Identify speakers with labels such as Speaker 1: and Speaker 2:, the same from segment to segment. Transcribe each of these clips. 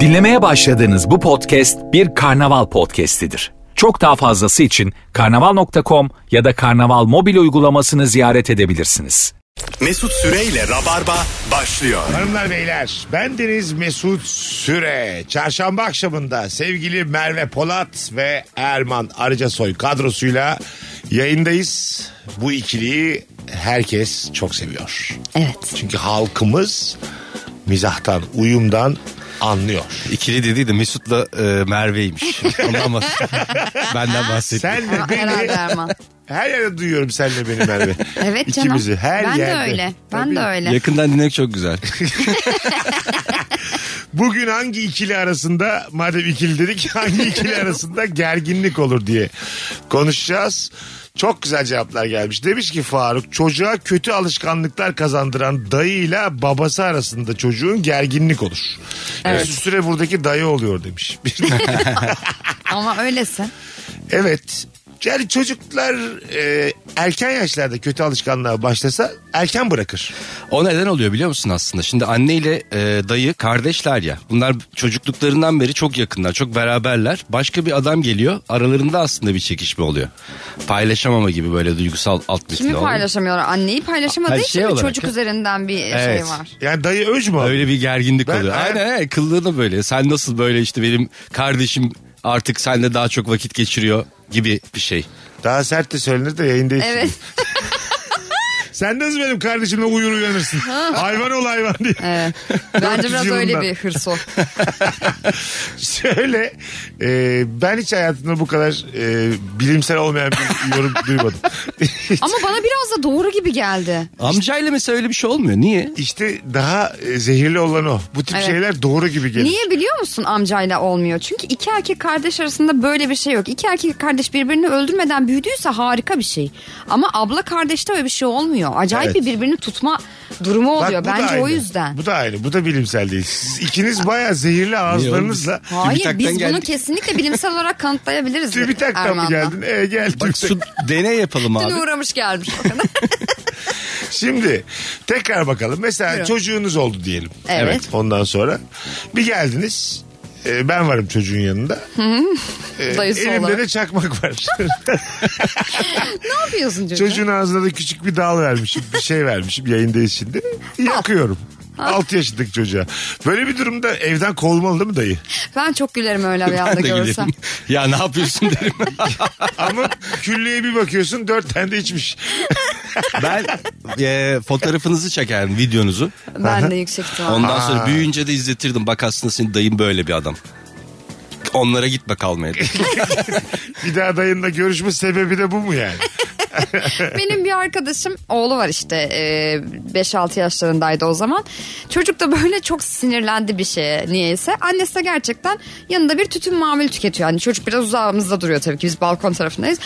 Speaker 1: Dinlemeye başladığınız bu podcast bir karnaval podcastidir. Çok daha fazlası için karnaval.com ya da karnaval mobil uygulamasını ziyaret edebilirsiniz.
Speaker 2: Mesut Süreyle Rabarba başlıyor.
Speaker 3: Hanımlar beyler ben Deniz Mesut Süre. Çarşamba akşamında sevgili Merve Polat ve Erman Arıcasoy kadrosuyla yayındayız. Bu ikiliyi herkes çok seviyor.
Speaker 4: Evet.
Speaker 3: Çünkü halkımız mizahtan, uyumdan anlıyor.
Speaker 5: İkili dediydi Mesut'la e, Merve'ymiş. Ondan bahs- Benden bahsetti.
Speaker 3: Sen de
Speaker 4: Ama herhalde
Speaker 3: beni
Speaker 4: Erman.
Speaker 3: her yerde duyuyorum senle beni Merve.
Speaker 4: Evet canım.
Speaker 3: İkimizi her
Speaker 4: ben
Speaker 3: yerde.
Speaker 4: de öyle. Ben de
Speaker 3: Tabii.
Speaker 4: öyle.
Speaker 5: Yakından dinlemek çok güzel.
Speaker 3: Bugün hangi ikili arasında madem ikili dedik hangi ikili arasında gerginlik olur diye konuşacağız. Çok güzel cevaplar gelmiş. Demiş ki Faruk çocuğa kötü alışkanlıklar kazandıran dayıyla babası arasında çocuğun gerginlik olur. Evet. süre buradaki dayı oluyor demiş.
Speaker 4: Ama öylesin.
Speaker 3: evet. Yani çocuklar e, erken yaşlarda kötü alışkanlığa başlasa erken bırakır.
Speaker 5: O neden oluyor biliyor musun aslında? Şimdi anne ile e, dayı kardeşler ya. Bunlar çocukluklarından beri çok yakınlar, çok beraberler. Başka bir adam geliyor. Aralarında aslında bir çekişme oluyor. Paylaşamama gibi böyle duygusal alt metni
Speaker 4: Kimi
Speaker 5: oluyor.
Speaker 4: paylaşamıyorlar? Anneyi paylaşamadığı
Speaker 5: Her
Speaker 4: için
Speaker 5: şey
Speaker 4: bir
Speaker 5: olarak
Speaker 4: çocuk
Speaker 5: ya.
Speaker 4: üzerinden bir şey
Speaker 5: Evet.
Speaker 4: var.
Speaker 3: Yani dayı öz mü?
Speaker 5: Öyle bir gerginlik
Speaker 3: Ben-
Speaker 5: oluyor. Aynen aynen kıllığını böyle. Sen nasıl böyle işte benim kardeşim artık seninle daha çok vakit geçiriyor gibi bir şey.
Speaker 3: Daha sert de söylenir de yayında hiç-
Speaker 4: Evet.
Speaker 3: Sen nasıl benim kardeşimle uyur uyanırsın? hayvan ol hayvan diye.
Speaker 4: evet.
Speaker 3: Dört
Speaker 4: Bence biraz
Speaker 3: yılından.
Speaker 4: öyle bir hırs o.
Speaker 3: Şöyle e, ben hiç hayatımda bu kadar e, bilimsel olmayan bir yorum duymadım.
Speaker 4: Ama bana biraz da doğru gibi geldi.
Speaker 5: Amcayla mesela öyle bir şey olmuyor. Niye?
Speaker 3: işte daha e, zehirli olan o. Bu tip
Speaker 4: Evet.
Speaker 3: şeyler doğru gibi gelir.
Speaker 4: Niye biliyor musun amcayla olmuyor? Çünkü iki erkek kardeş arasında böyle bir şey yok. İki erkek kardeş birbirini öldürmeden büyüdüyse harika bir şey. Ama abla kardeşte öyle bir şey olmuyor. Acayip
Speaker 3: Evet.
Speaker 4: bir birbirini tutma durumu
Speaker 3: Bak,
Speaker 4: oluyor.
Speaker 3: bu da
Speaker 4: Bence o
Speaker 3: aynı.
Speaker 4: yüzden.
Speaker 3: Bu da aynı. Bu da bilimsel değil. Siz ikiniz bayağı zehirli ağızlarınızla
Speaker 4: Hayır
Speaker 5: TÜBİTAK'tan
Speaker 4: biz bunu
Speaker 5: geldi.
Speaker 4: kesinlikle bilimsel olarak kanıtlayabiliriz.
Speaker 3: TÜBİTAK'tan mı
Speaker 4: Erman'la.
Speaker 3: geldin? E, gel
Speaker 5: Bak
Speaker 3: TÜBİTAK.
Speaker 5: su deney yapalım
Speaker 4: Dün
Speaker 5: abi.
Speaker 4: uğramış gelmiş o kadar.
Speaker 3: Şimdi tekrar bakalım. Mesela
Speaker 4: Buyurun.
Speaker 3: çocuğunuz oldu diyelim.
Speaker 4: Evet.
Speaker 3: Ondan sonra bir geldiniz. Ee, ben varım çocuğun yanında. Ee,
Speaker 4: Dayısı
Speaker 3: elimde
Speaker 4: olarak.
Speaker 3: de çakmak var.
Speaker 4: ne yapıyorsun çocuğa?
Speaker 3: Çocuğun ağzına da küçük bir dal vermişim. Bir şey vermişim yayındayız şimdi. Yakıyorum. 6 yaşındaki çocuğa. Böyle bir durumda evden kovulmalı değil mi dayı?
Speaker 4: Ben çok gülerim öyle bir anda
Speaker 5: Ben de
Speaker 4: görsem.
Speaker 5: gülerim. Ya ne yapıyorsun derim.
Speaker 3: Ama küllüye bir bakıyorsun dört tane de içmiş.
Speaker 5: ben e, fotoğrafınızı çekerim videonuzu.
Speaker 4: Ben de yüksek ihtimalle.
Speaker 5: Ondan sonra büyüyünce de izletirdim. Bak aslında senin dayın böyle bir adam. Onlara gitme kalmaya.
Speaker 3: Bir daha dayınla görüşme sebebi de bu mu yani?
Speaker 4: Benim bir arkadaşım oğlu var işte e, 5-6 yaşlarındaydı o zaman. Çocuk da böyle çok sinirlendi bir şeye niyeyse. Annesi de gerçekten yanında bir tütün mamül tüketiyor. Yani çocuk biraz uzağımızda duruyor tabii ki biz balkon tarafındayız.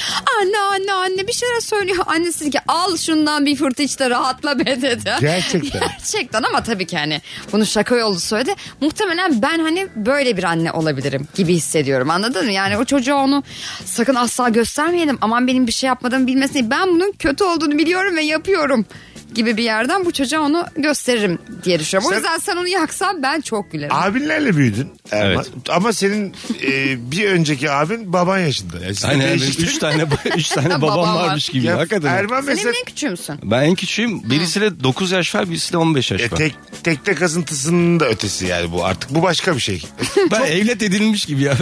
Speaker 4: Anne anne anne bir şeyler söylüyor. Annesi dedi ki al şundan bir fırtı iç de rahatla be dedi.
Speaker 3: Gerçekten.
Speaker 4: Gerçekten ama tabii ki hani bunu şaka yolu söyledi. Muhtemelen ben hani böyle bir anne olabilirim gibi hissediyorum anladın mı? Yani o çocuğa onu sakın asla göstermeyelim. Aman benim bir şey yapmadığımı bilmesin. Ben bunun kötü olduğunu biliyorum ve yapıyorum gibi bir yerden bu çocuğa onu gösteririm diye düşünüyorum. O
Speaker 3: Sen-
Speaker 4: yüzden sen onu yaksan ben çok gülerim.
Speaker 3: Abinlerle büyüdün. Erman.
Speaker 5: Evet.
Speaker 3: Ama senin e, bir önceki abin baban yaşında. Yani sizin
Speaker 5: Aynen benim
Speaker 3: değişik- şey
Speaker 5: üç tane üç tane
Speaker 4: Babam
Speaker 5: babam
Speaker 4: var.
Speaker 5: varmış gibi.
Speaker 3: Ya
Speaker 5: Hakikaten.
Speaker 3: Erman
Speaker 4: Senin
Speaker 3: mesela
Speaker 4: en küçüğümsün.
Speaker 5: Ben en küçüğüm. Birisiyle 9 yaş var, birisiyle 15 yaş
Speaker 3: e,
Speaker 5: var.
Speaker 3: tek tekte kasıntısının da ötesi yani bu artık. Bu başka bir şey.
Speaker 5: Ben evlat edilmiş gibi ya.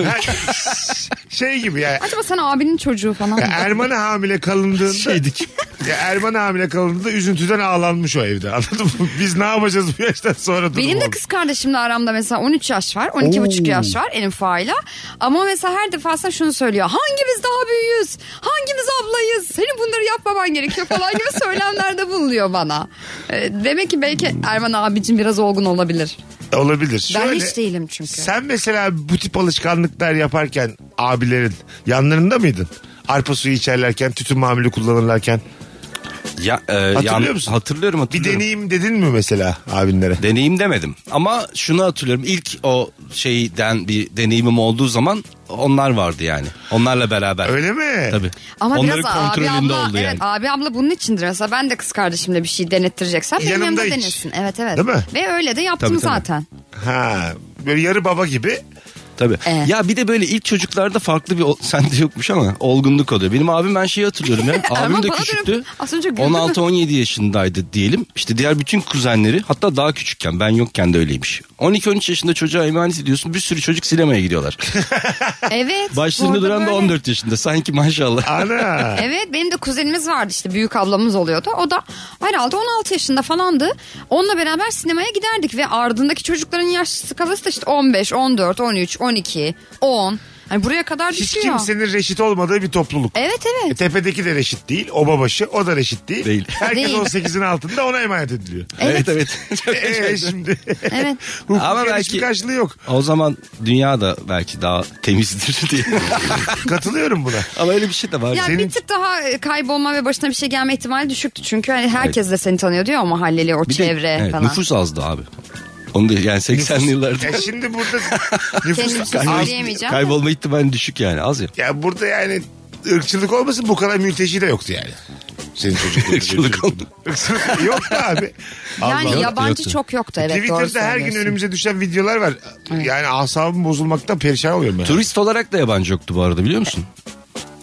Speaker 3: şey gibi yani
Speaker 4: Acaba sen abinin çocuğu falan
Speaker 3: Ya
Speaker 4: mı?
Speaker 3: Erman'a hamile kalındığında
Speaker 5: Şeydik.
Speaker 3: ya Erman'a hamile kalındığında üzüntüden ağlanmış o evde. Anladın mı? Biz ne yapacağız bu yaştan sonra durum
Speaker 4: Benim de
Speaker 3: oldu.
Speaker 4: kız kardeşimle aramda mesela 13 yaş var. 12 buçuk yaş var en ufağıyla. Ama mesela her defasında şunu söylüyor. Hangimiz daha büyüğüz? Hangimiz ablayız? Senin bunları yapmaman gerekiyor falan gibi söylemlerde bulunuyor bana. Ee, Demek ki belki Erman abicim biraz olgun olabilir.
Speaker 3: E, Olabilir.
Speaker 4: Ben
Speaker 3: Şöyle,
Speaker 4: hiç değilim çünkü.
Speaker 3: Sen mesela bu tip alışkanlıklar yaparken abilerin yanlarında mıydın? Arpa suyu içerlerken, tütün mamülü kullanırlarken.
Speaker 5: ya, e,
Speaker 3: Hatırlıyor
Speaker 5: yan-
Speaker 3: musun?
Speaker 5: Hatırlıyorum
Speaker 3: Bir
Speaker 5: hatırlıyorum.
Speaker 3: deneyim dedin mi mesela abinlere?
Speaker 5: Deneyim demedim ama şunu hatırlıyorum ilk o şeyden bir deneyimim olduğu zaman onlar vardı yani onlarla beraber.
Speaker 3: Öyle mi?
Speaker 5: Tabii.
Speaker 4: Ama
Speaker 5: Onların
Speaker 4: biraz abi
Speaker 5: kontrolünde
Speaker 4: abla,
Speaker 5: oldu
Speaker 4: evet,
Speaker 5: yani.
Speaker 4: abi abla bunun içindir. Mesela ben de kız kardeşimle bir şey denettireceksem benim
Speaker 3: Yanımda
Speaker 4: yanımda
Speaker 3: hiç.
Speaker 4: denesin. Evet evet.
Speaker 3: Değil mi?
Speaker 4: Ve öyle de yaptım
Speaker 5: Tabii, tabii.
Speaker 4: zaten.
Speaker 3: Ha, böyle yarı baba gibi.
Speaker 5: Tabii.
Speaker 4: Evet.
Speaker 5: Ya bir de böyle ilk çocuklarda farklı bir ol- sende yokmuş ama olgunluk oluyor. Benim abim ben şeyi hatırlıyorum ya. abim
Speaker 4: Erman
Speaker 5: de
Speaker 4: bana
Speaker 5: küçüktü.
Speaker 4: dönüp az önce güldü mü?
Speaker 5: 16-17 yaşındaydı diyelim. İşte diğer bütün kuzenleri hatta daha küçükken ben yokken de öyleymiş. 12-13 yaşında çocuğa emanet ediyorsun. Bir sürü çocuk sinemaya gidiyorlar.
Speaker 4: Evet. bu
Speaker 5: Başlarında
Speaker 4: arada
Speaker 5: duran da
Speaker 4: böyle.
Speaker 5: 14 yaşında. Sanki maşallah.
Speaker 3: Ana.
Speaker 4: Evet benim de kuzenimiz vardı işte büyük ablamız oluyordu. O da herhalde 16 yaşında falandı. Onunla beraber sinemaya giderdik ve ardındaki çocukların yaş skalası da işte 15, 14, 13, 12, 10. Hani buraya kadar
Speaker 3: Hiç
Speaker 4: düşüyor.
Speaker 3: kimsenin reşit olmadığı bir topluluk.
Speaker 4: Evet
Speaker 3: E,
Speaker 4: evet.
Speaker 3: tepedeki de reşit değil. O babaşı o da reşit değil.
Speaker 5: Değil.
Speaker 3: Herkes
Speaker 4: Değil. E,
Speaker 3: 18'in altında ona emanet ediliyor.
Speaker 5: evet evet. Çok
Speaker 3: Eee şimdi.
Speaker 4: Evet.
Speaker 3: Hukuk
Speaker 5: Ama
Speaker 3: Ama
Speaker 5: belki-
Speaker 3: belki... karşılığı yok.
Speaker 5: O zaman dünya da belki daha temizdir diye.
Speaker 3: Katılıyorum buna.
Speaker 5: Ama öyle bir şey de var.
Speaker 4: Ya
Speaker 3: senin-
Speaker 4: bir tık daha e, kaybolma ve başına bir şey gelme ihtimali düşüktü. Çünkü hani herkes de seni tanıyor diyor o mahalleli, o
Speaker 5: Bir de-
Speaker 4: çevre
Speaker 5: evet,
Speaker 4: falan.
Speaker 5: Nüfus azdı abi. Onu da yani 80'li yıllarda.
Speaker 3: Ya E, şimdi burada nüfus
Speaker 4: Kendimi
Speaker 3: az.
Speaker 4: söyleyemeyeceğim. de.
Speaker 5: Kaybolma ihtimali düşük yani az ya.
Speaker 3: Ya burada yani ırkçılık olmasın bu kadar mülteci de yoktu yani. Senin çocukluğunda.
Speaker 5: Irkçılık oldu.
Speaker 3: Irkçılık yok da abi.
Speaker 4: Yani
Speaker 5: Yoktu,
Speaker 4: yabancı
Speaker 5: yoktu.
Speaker 4: çok yoktu evet doğru
Speaker 3: Twitter'da her gün
Speaker 4: söylüyorsun.
Speaker 3: önümüze düşen videolar var. Yani asabım bozulmaktan perişan oluyorum ben.
Speaker 5: Turist olarak da yabancı yoktu bu arada biliyor musun?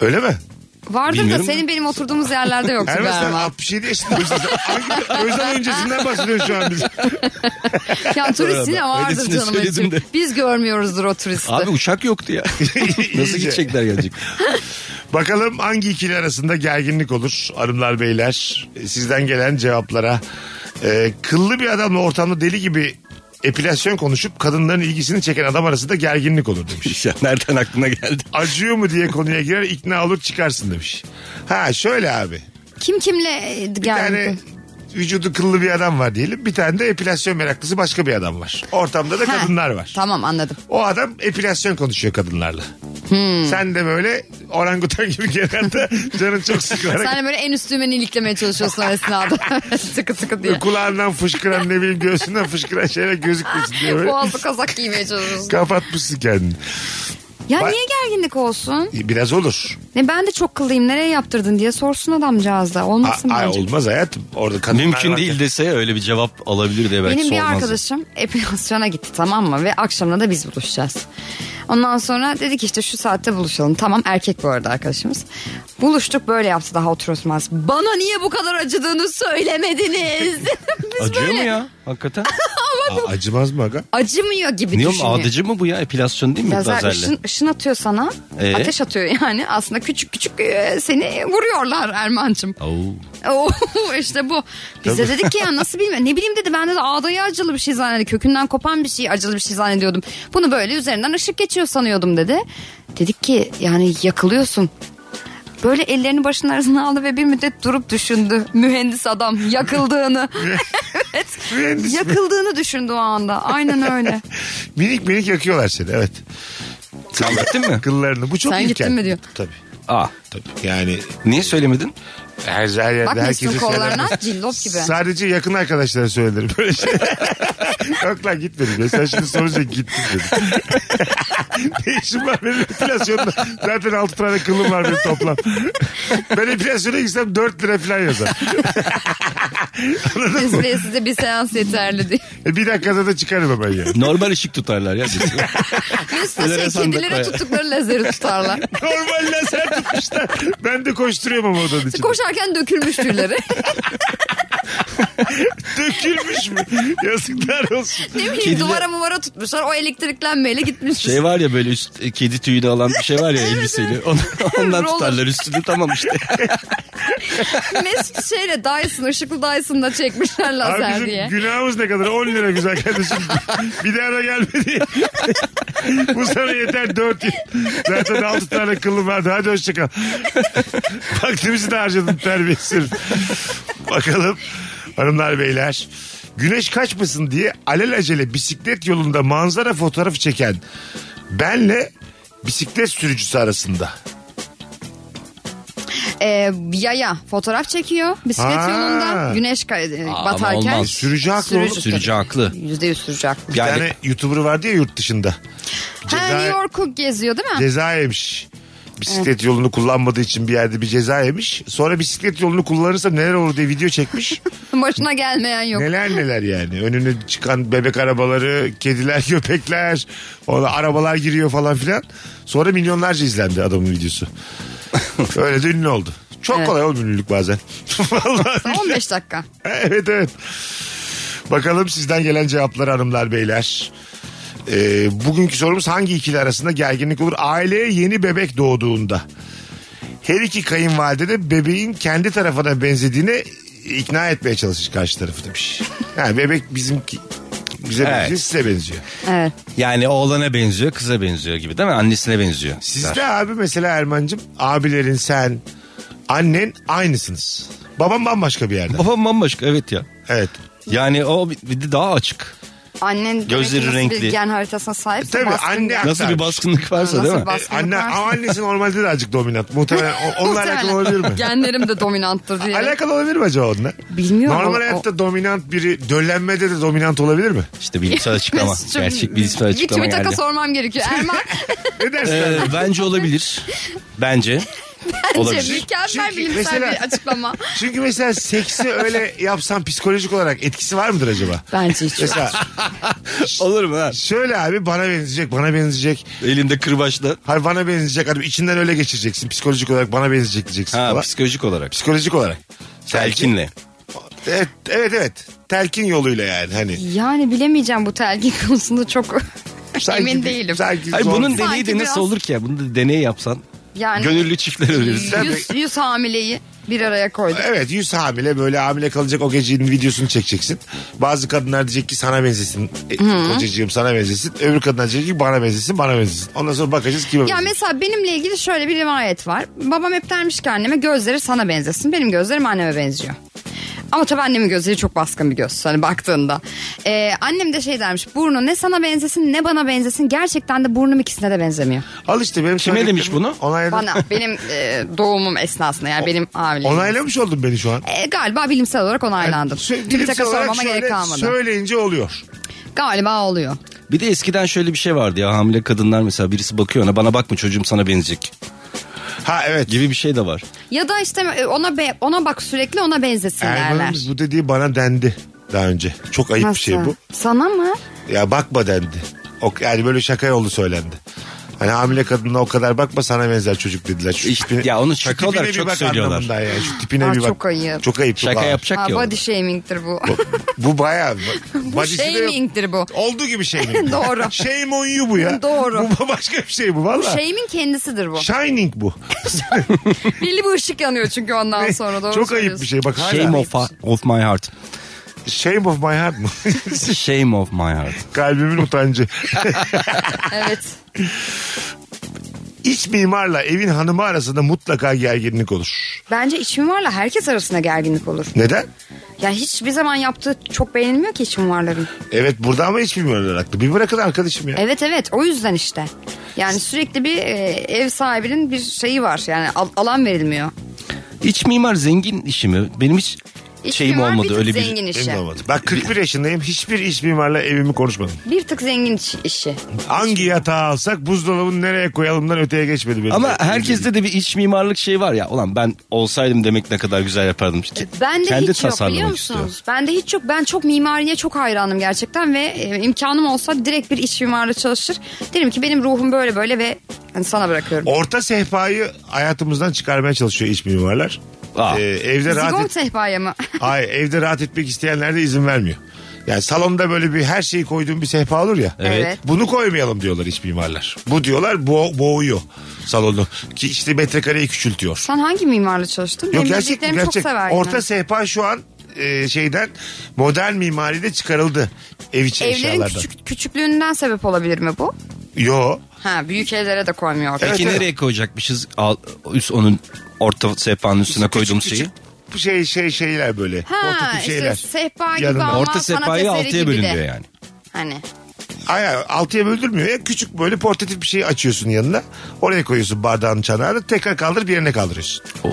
Speaker 3: Öyle mi?
Speaker 4: Vardır
Speaker 5: Bilmiyorum.
Speaker 4: da senin benim oturduğumuz yerlerde yoktu
Speaker 3: Erman sen
Speaker 4: galiba.
Speaker 3: 67 yaşındayım. Hangi özel öncesinden bahsediyorsun şu an biz?
Speaker 4: Ya turist yine vardır
Speaker 5: Öylesine
Speaker 4: canım.
Speaker 5: söyledim de.
Speaker 4: Biz görmüyoruzdur o turisti.
Speaker 5: Abi uçak yoktu ya. Nasıl
Speaker 3: İyice.
Speaker 5: gidecekler gelecek?
Speaker 3: Bakalım hangi ikili arasında gerginlik olur hanımlar beyler sizden gelen cevaplara. Ee, kıllı bir adamla ortamda deli gibi epilasyon konuşup kadınların ilgisini çeken adam arasında gerginlik olur demiş.
Speaker 5: Ya nereden aklına geldi?
Speaker 3: Acıyor mu diye konuya girer ikna olur çıkarsın demiş. Ha şöyle abi
Speaker 4: Kim kimle e,
Speaker 3: bir tane
Speaker 4: geldi?
Speaker 3: vücudu kıllı bir adam var diyelim bir tane de epilasyon meraklısı başka bir adam var. Ortamda da
Speaker 4: Ha,
Speaker 3: kadınlar var.
Speaker 4: Tamam anladım.
Speaker 3: O adam epilasyon konuşuyor kadınlarla.
Speaker 4: Hmm.
Speaker 3: Sen de böyle orangutan gibi kenarda canın çok sıkılarak
Speaker 4: Sen de böyle en üstümen iliklemeye çalışıyorsun o esnada. sıkı sıkı diye.
Speaker 3: kulağından fışkıran ne bileyim göğsünden fışkıran şeyler gözükmesin diye böyle
Speaker 4: Boğazlı kazak giymeye çalışıyorsun.
Speaker 3: kapatmışsın kendini.
Speaker 4: Ya
Speaker 3: Ba-
Speaker 4: niye gerginlik olsun?
Speaker 3: Biraz olur.
Speaker 4: Ne ben de çok kıllıyım nereye yaptırdın diye sorsun adamcağız da.
Speaker 3: A-
Speaker 4: Olmasın
Speaker 3: ay
Speaker 4: bence.
Speaker 3: olmaz hayatım. Orada kadınlar
Speaker 5: Mümkün
Speaker 3: var.
Speaker 5: değil dese öyle bir cevap alabilir diye belki
Speaker 4: Benim bir
Speaker 5: sormazdı.
Speaker 4: arkadaşım epilasyona gitti tamam mı? Ve akşamına da biz buluşacağız. Ondan sonra dedik işte şu saatte buluşalım. Tamam erkek bu arada arkadaşımız. Buluştuk böyle yaptı daha oturutmaz. Bana niye bu kadar acıdığını söylemediniz. biz
Speaker 5: Acıyor
Speaker 4: böyle
Speaker 5: mu ya? Hakikaten.
Speaker 3: Aa, acımaz mı aga?
Speaker 4: acımıyor gibi
Speaker 5: Niye oğlum
Speaker 4: düşünüyor.
Speaker 5: adıcı mı bu ya? Epilasyon değil mi?
Speaker 4: Ya zaten
Speaker 5: Lazerle.
Speaker 4: ışın, ışın atıyor sana.
Speaker 5: Ee?
Speaker 4: Ateş atıyor yani. Aslında küçük küçük e, seni vuruyorlar Erman'cığım.
Speaker 5: Oo.
Speaker 4: Oo, işte bu. Biz de dedik ki ya nasıl bilmiyorum. Ne bileyim dedi ben de ağdayı acılı bir şey zannediyordum. Kökünden kopan bir şey acılı bir şey zannediyordum. Bunu böyle üzerinden ışık geçiyor sanıyordum dedi. Dedik ki yani yakılıyorsun. Böyle ellerini başının arasına aldı ve bir müddet durup düşündü. Mühendis adam yakıldığını. evet.
Speaker 3: Mühendis mi?
Speaker 4: yakıldığını düşündü o anda. Aynen öyle.
Speaker 3: Minik minik yakıyorlar seni evet.
Speaker 5: Sen gittin mi?
Speaker 3: Kıllarını. Bu çok
Speaker 4: Sen
Speaker 3: ilkel.
Speaker 4: gittin mi diyor.
Speaker 3: Tabii.
Speaker 5: Aa.
Speaker 3: Tabii. Yani
Speaker 5: Niye söylemedin?
Speaker 3: her, her yerde
Speaker 4: Bak Mesut'un
Speaker 3: herkese
Speaker 4: kollarına
Speaker 3: söylenmez.
Speaker 4: cillop gibi.
Speaker 3: Sadece yakın arkadaşlara söylerim böyle şey. Yok lan gitmedim. Ya. Sen şimdi sorunca gittim dedim. ne işim var benim enflasyonda? Zaten 6 tane kılım var benim toplam. ben enflasyona gitsem 4 lira falan yazar.
Speaker 4: Espriye size bir seans yeterli diye.
Speaker 3: E, bir dakikada da çıkarım hemen ya.
Speaker 5: Normal ışık tutarlar ya.
Speaker 4: Mesut'a şey
Speaker 5: Floresan da
Speaker 4: kedilere
Speaker 5: koyar.
Speaker 4: tuttukları lazeri tutarlar.
Speaker 3: Normal lazer tutmuşlar. Ben de koşturuyorum ama odanın içinde.
Speaker 4: Koşarken dökülmüş tüyleri.
Speaker 3: Dökülmüş mü? Yazıklar olsun.
Speaker 4: ne bileyim
Speaker 5: Kediler-
Speaker 4: duvara muvara tutmuşlar. O elektriklenmeyle gitmiş.
Speaker 5: Şey var ya böyle üst e, kedi tüyünü alan bir şey var ya elbiseyle. Onu- Ondan
Speaker 4: Roller.
Speaker 5: tutarlar üstünü tamam işte.
Speaker 4: Mesut şeyle Dyson, ışıklı Dyson'da çekmişler lazer
Speaker 3: Abi bizim
Speaker 4: diye.
Speaker 3: günahımız ne kadar? 10 lira güzel kardeşim. Bir daha da gelmedi. Bu sana yeter 4 yıl. Zaten 6 tane kılım vardı. Hadi hoşçakal. Vaktimizi de harcadın terbiyesiz. Bakalım hanımlar beyler. Güneş kaçmasın diye alelacele bisiklet yolunda manzara fotoğrafı çeken benle bisiklet sürücüsü arasında.
Speaker 4: Ee, yaya fotoğraf çekiyor bisiklet
Speaker 3: Ha. E,
Speaker 4: yolunda. Güneş kay-
Speaker 5: Aa, ama
Speaker 4: batarken.
Speaker 5: olmaz.
Speaker 3: Sürücü haklı oğlum.
Speaker 5: Sürücü
Speaker 4: tabii.
Speaker 5: haklı.
Speaker 4: Yüzde yüz sürücü haklı.
Speaker 3: Bir
Speaker 5: Yani-
Speaker 3: tane YouTuber vardı ya yurt dışında.
Speaker 4: Ha,
Speaker 3: Ceza-
Speaker 4: New York'u geziyor değil mi?
Speaker 3: Ceza yemiş. Bisiklet yolunu kullanmadığı için bir yerde bir ceza yemiş. Sonra bisiklet yolunu kullanırsa neler olur diye video çekmiş.
Speaker 4: Başına gelmeyen yok.
Speaker 3: Neler neler yani. Önüne çıkan bebek arabaları, kediler, köpekler, ona arabalar giriyor falan filan. Sonra milyonlarca izlendi adamın videosu. Öyle de ünlü oldu. Çok
Speaker 4: Evet.
Speaker 3: kolay oldu ünlülük bazen. Vallahi.
Speaker 4: 15 dakika.
Speaker 3: evet evet. Bakalım sizden gelen cevaplar hanımlar beyler. Ee, bugünkü sorumuz hangi ikili arasında gerginlik olur? Aileye yeni bebek doğduğunda. Her iki kayınvalide de bebeğin kendi tarafına benzediğini ikna etmeye çalışır karşı tarafı demiş. Yani bebek bizimki bize
Speaker 5: Evet.
Speaker 3: benziyor size benziyor.
Speaker 4: Evet.
Speaker 5: Yani oğlana benziyor, kıza benziyor gibi değil mi? Annesine benziyor.
Speaker 3: Sizde abi mesela Erman'cığım abilerin sen annen aynısınız. Babam bambaşka bir yerde.
Speaker 5: Babam bambaşka evet ya.
Speaker 3: Evet.
Speaker 5: Yani o bir- bir de daha açık.
Speaker 4: Annen demek ki
Speaker 5: Gözleri
Speaker 4: nasıl
Speaker 5: renkli.
Speaker 4: bir gen haritasına sahip.
Speaker 3: Tabii, anne-
Speaker 5: Nasıl bir baskınlık varsa
Speaker 4: Nasıl
Speaker 5: değil mi?
Speaker 4: bas-
Speaker 3: Ee, anne, ama annesi normalde de azıcık dominant. Muhtemelen o- onunla alakalı olabilir mi?
Speaker 4: Genlerim de dominanttır diye.
Speaker 3: Alakalı olabilir mi acaba onunla?
Speaker 4: Bilmiyorum.
Speaker 3: Normal
Speaker 4: O-
Speaker 3: hayatta dominant biri döllenmede de dominant olabilir mi?
Speaker 5: İşte bilimsel açıklama.
Speaker 4: Mesut'cum,
Speaker 5: Gerçek bilimsel
Speaker 4: Bir
Speaker 5: açıklama
Speaker 4: Twitter'a
Speaker 5: geldi.
Speaker 4: sormam gerekiyor. Erman
Speaker 3: Ne dersin?
Speaker 5: Ee, bence olabilir. Bence.
Speaker 4: bence
Speaker 5: olabilir.
Speaker 4: mükemmel
Speaker 3: Çünkü
Speaker 4: bilimsel
Speaker 3: mesela-
Speaker 4: bir açıklama.
Speaker 3: Çünkü mesela seksi öyle yapsan psikolojik olarak etkisi var mıdır acaba?
Speaker 4: Bence hiç.
Speaker 3: Mesela
Speaker 5: Olur mu ha?
Speaker 3: şöyle abi bana benzeyecek, bana benzeyecek.
Speaker 5: Elimde kırbaçla.
Speaker 3: Hayır bana benzeyecek. Hadi içinden öyle geçireceksin. Psikolojik olarak bana benzeyecek diyeceksin.
Speaker 5: Ha,
Speaker 3: falan.
Speaker 5: psikolojik olarak.
Speaker 3: Psikolojik olarak.
Speaker 5: Telkinle.
Speaker 3: Evet, evet evet. Telkin yoluyla yani hani.
Speaker 4: Yani bilemeyeceğim bu telkin konusunda çok emin
Speaker 3: bir-
Speaker 4: değilim.
Speaker 3: Sanki
Speaker 5: Hayır,
Speaker 3: zor-
Speaker 5: bunun
Speaker 4: Sanki
Speaker 5: deneyi de
Speaker 4: biraz-
Speaker 5: nasıl olur ki ya? Bunu da deney yapsan.
Speaker 4: Yani
Speaker 5: Gönüllü çiftler ölürüz.
Speaker 3: Tabii.
Speaker 4: yüz, yüz hamileyi bir araya koyduk.
Speaker 3: Evet yüz hamile böyle hamile kalacak o gecenin videosunu çekeceksin. Bazı kadınlar diyecek ki sana benzesin. E, kocacığım sana benzesin. Öbür kadınlar diyecek ki bana benzesin bana benzesin. Ondan sonra bakacağız kime
Speaker 4: Ya
Speaker 3: benzesin.
Speaker 4: mesela benimle ilgili şöyle bir rivayet var. Babam hep dermiş ki anneme gözleri sana benzesin. Benim gözlerim anneme benziyor. Ama tabii annemin gözleri çok baskın bir göz hani baktığında. Ee, annem de şey dermiş burnu ne sana benzesin ne bana benzesin gerçekten de burnum ikisine de benzemiyor.
Speaker 3: Al işte benim
Speaker 5: Kime
Speaker 3: söylediklerimi
Speaker 5: demiş bunu?
Speaker 3: Onayladım.
Speaker 4: Bana benim e, doğumum esnasında yani benim hamileliğim.
Speaker 3: Onaylamış oldun beni şu an.
Speaker 4: E, galiba bilimsel olarak onaylandım.
Speaker 3: Sö-
Speaker 4: bir
Speaker 3: şey, bilimsel
Speaker 4: takım
Speaker 3: olarak
Speaker 4: sormama
Speaker 3: şöyle
Speaker 4: gerek kalmadı.
Speaker 3: Söyleyince oluyor.
Speaker 4: Galiba oluyor.
Speaker 5: Bir de eskiden şöyle bir şey vardı ya hamile kadınlar mesela birisi bakıyor ona bana bakma çocuğum sana benzeyecek
Speaker 3: Ha evet.
Speaker 5: gibi bir şey de var.
Speaker 4: Ya da işte e, ona be- ona bak sürekli ona benzesin derler.
Speaker 3: Erman'ımız bu dediği bana dendi daha önce. Çok ayıp bir şey bu.
Speaker 4: Sana mı?
Speaker 3: Ya bakma dendi. O, yani böyle şaka yolu söylendi. Hani hamile kadına o kadar bakma sana benzer çocuk dediler. Şu
Speaker 5: İşte ya onu şaka
Speaker 3: tipine
Speaker 5: olarak
Speaker 3: bir
Speaker 5: çok
Speaker 3: bak
Speaker 5: söylüyorlar.
Speaker 3: anlamında ya. Şu tipine
Speaker 4: Aa,
Speaker 3: bir bak.
Speaker 4: çok ayıp.
Speaker 3: Çok ayıp. çok
Speaker 5: Şaka
Speaker 3: ağır.
Speaker 5: yapacak
Speaker 4: Aa,
Speaker 5: ya.
Speaker 4: body shaming'tir bu.
Speaker 3: Bu bayağı. bu
Speaker 4: bu shaming'tir bu.
Speaker 3: Olduğu gibi shaming.
Speaker 4: Doğru.
Speaker 3: Shame on you bu ya.
Speaker 4: Doğru.
Speaker 3: Bu başka bir şey bu valla.
Speaker 4: Shaming kendisidir
Speaker 3: Şey-
Speaker 4: bu.
Speaker 3: Shining bu.
Speaker 4: Belli bir ışık yanıyor çünkü ondan sonra doğru
Speaker 3: çok ayıp
Speaker 4: söylüyorsun.
Speaker 3: bir şey. Bak hala.
Speaker 5: Shame of, of my heart.
Speaker 3: Shame of my heart mı?
Speaker 5: Shame of my heart.
Speaker 3: Kalbimin utancı. şey.
Speaker 4: Evet.
Speaker 3: İç mimarla evin hanımı arasında mutlaka gerginlik olur.
Speaker 4: Bence iç mimarla herkes arasında gerginlik olur.
Speaker 3: Neden?
Speaker 4: Ya hiçbir zaman yaptığı çok beğenilmiyor ki iç mimarların.
Speaker 3: Evet burada ama iç mimarlar haklı. Bir bırakın arkadaşım ya.
Speaker 4: Evet evet o yüzden işte. Yani sürekli bir e, ev sahibinin bir şeyi var. Yani al- alan verilmiyor.
Speaker 5: İç mimar zengin işi mi? Benim hiç
Speaker 4: İç
Speaker 5: şeyim
Speaker 4: mimar
Speaker 5: olmadı
Speaker 4: bir tık
Speaker 5: öyle bir.
Speaker 4: zengin
Speaker 3: Benim
Speaker 4: işi.
Speaker 3: de olmadı. Bak 41 yaşındayım. Hiçbir iç mimarla evimi konuşmadım.
Speaker 4: Bir tık zengin iş- işi.
Speaker 3: Hangi yatağı alsak buzdolabını nereye koyalımdan öteye geçmedi benim.
Speaker 5: Ama herkeste de bir iç mimarlık şey var ya. Ulan ben olsaydım demek ne kadar güzel yapardım.
Speaker 4: E, Ben de
Speaker 5: Kendi
Speaker 4: hiç yok
Speaker 5: tasarlamak
Speaker 4: biliyor
Speaker 5: istiyor.
Speaker 4: musunuz? Ben de hiç yok. Ben çok mimariye çok hayranım gerçekten ve e, imkanım olsa direkt bir iç mimarla çalışır. Derim ki benim ruhum böyle böyle ve hani sana bırakıyorum.
Speaker 3: Orta sehpayı hayatımızdan çıkarmaya çalışıyor iç mimarlar.
Speaker 5: Aa.
Speaker 3: Ee, evde rahat
Speaker 4: Zigon
Speaker 3: et,
Speaker 4: sehpaya mı?
Speaker 3: Hayır, evde rahat etmek isteyenler de izin vermiyor. Yani salonda böyle bir her şeyi koyduğun bir sehpa olur ya.
Speaker 5: Evet.
Speaker 3: Bunu koymayalım diyorlar iç mimarlar. Bu diyorlar bo boğuyor salonu. Ki işte metrekareyi küçültüyor.
Speaker 4: Sen hangi mimarla çalıştın?
Speaker 3: Yok
Speaker 4: Benim
Speaker 3: gerçek bu,
Speaker 4: bildiklerim
Speaker 3: gerçek.
Speaker 4: çok sever. yine.
Speaker 3: Orta sehpa şu an e, şeyden modern mimaride çıkarıldı. Ev içi
Speaker 4: Evlerin
Speaker 3: eşyalardan.
Speaker 4: küçük, küçüklüğünden sebep olabilir mi bu?
Speaker 3: Yo.
Speaker 4: Ha büyük evlere de koymuyor. orada.
Speaker 3: Evet,
Speaker 5: Peki
Speaker 3: evet.
Speaker 5: nereye koyacakmışız? Al, üst onun orta sehpanın üstüne koyduğumuz
Speaker 3: küçük,
Speaker 5: şeyi.
Speaker 3: küçük Bu şey şey şeyler böyle.
Speaker 4: Ha
Speaker 3: portatif
Speaker 4: işte
Speaker 3: şeyler.
Speaker 4: sehpa gibi
Speaker 3: Yanına.
Speaker 4: ama
Speaker 5: Orta
Speaker 4: sanat
Speaker 5: sehpayı
Speaker 4: eseri
Speaker 5: altıya
Speaker 4: gibi de.
Speaker 5: bölünüyor yani.
Speaker 4: Hani
Speaker 3: Ay, ay, altıya böldürmüyor ya. Küçük böyle portatif bir şey açıyorsun yanına. Oraya koyuyorsun bardağın çanağını. Tekrar kaldır bir yerine kaldırıyorsun.
Speaker 5: Oo.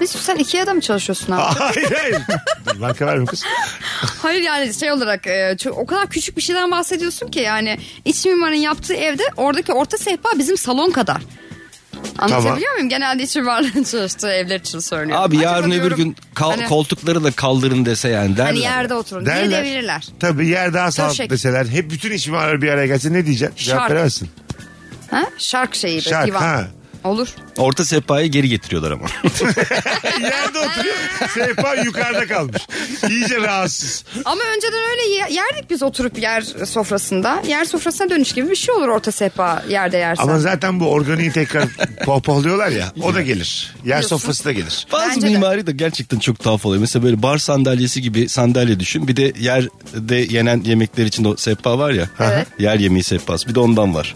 Speaker 4: Mesut sen Ikea'da mı çalışıyorsun abi?
Speaker 3: hayır hayır. Dur, Marka var mı kız?
Speaker 4: Hayır yani şey olarak e, çok- o kadar küçük bir şeyden bahsediyorsun ki yani iç mimarın yaptığı evde oradaki orta sehpa bizim salon kadar. Anlatabiliyor muyum? Genelde iç mimarlığın çalıştığı evler için söylüyorum.
Speaker 5: Abi
Speaker 4: Acaba
Speaker 5: yarın öbür
Speaker 4: diyorum,
Speaker 5: gün kal-
Speaker 4: hani,
Speaker 5: koltukları da kaldırın dese yani derler.
Speaker 4: hani yerde oturun diye
Speaker 3: Derler.
Speaker 4: devirirler.
Speaker 3: Tabii yer daha sağlıklı
Speaker 4: Döşek.
Speaker 3: deseler hep bütün iş mimarları bir araya gelse ne diyeceksin? Cevap
Speaker 4: Şark.
Speaker 3: veremezsin.
Speaker 4: Ha? Şark şeyi böyle
Speaker 3: Şark,
Speaker 4: divan.
Speaker 3: ha.
Speaker 4: Olur.
Speaker 5: Orta sehpayı geri getiriyorlar ama.
Speaker 3: Yerde oturuyor. Sehpa yukarıda kalmış. İyice rahatsız.
Speaker 4: Ama önceden öyle ye- yerdik biz oturup yer sofrasında. Yer sofrasına dönüş gibi bir şey olur orta sehpa yerde yersen.
Speaker 3: Ama zaten bu organiği tekrar pohpohluyorlar ya. O da gelir. Yer sofrası da gelir.
Speaker 5: Bazı
Speaker 4: Bence de.
Speaker 5: mimari de gerçekten çok tuhaf oluyor. Mesela böyle bar sandalyesi gibi sandalye düşün. Bir de yerde yenen yemekler için o sehpa var ya.
Speaker 4: Evet.
Speaker 5: Yer yemeği sehpası. Bir de ondan var.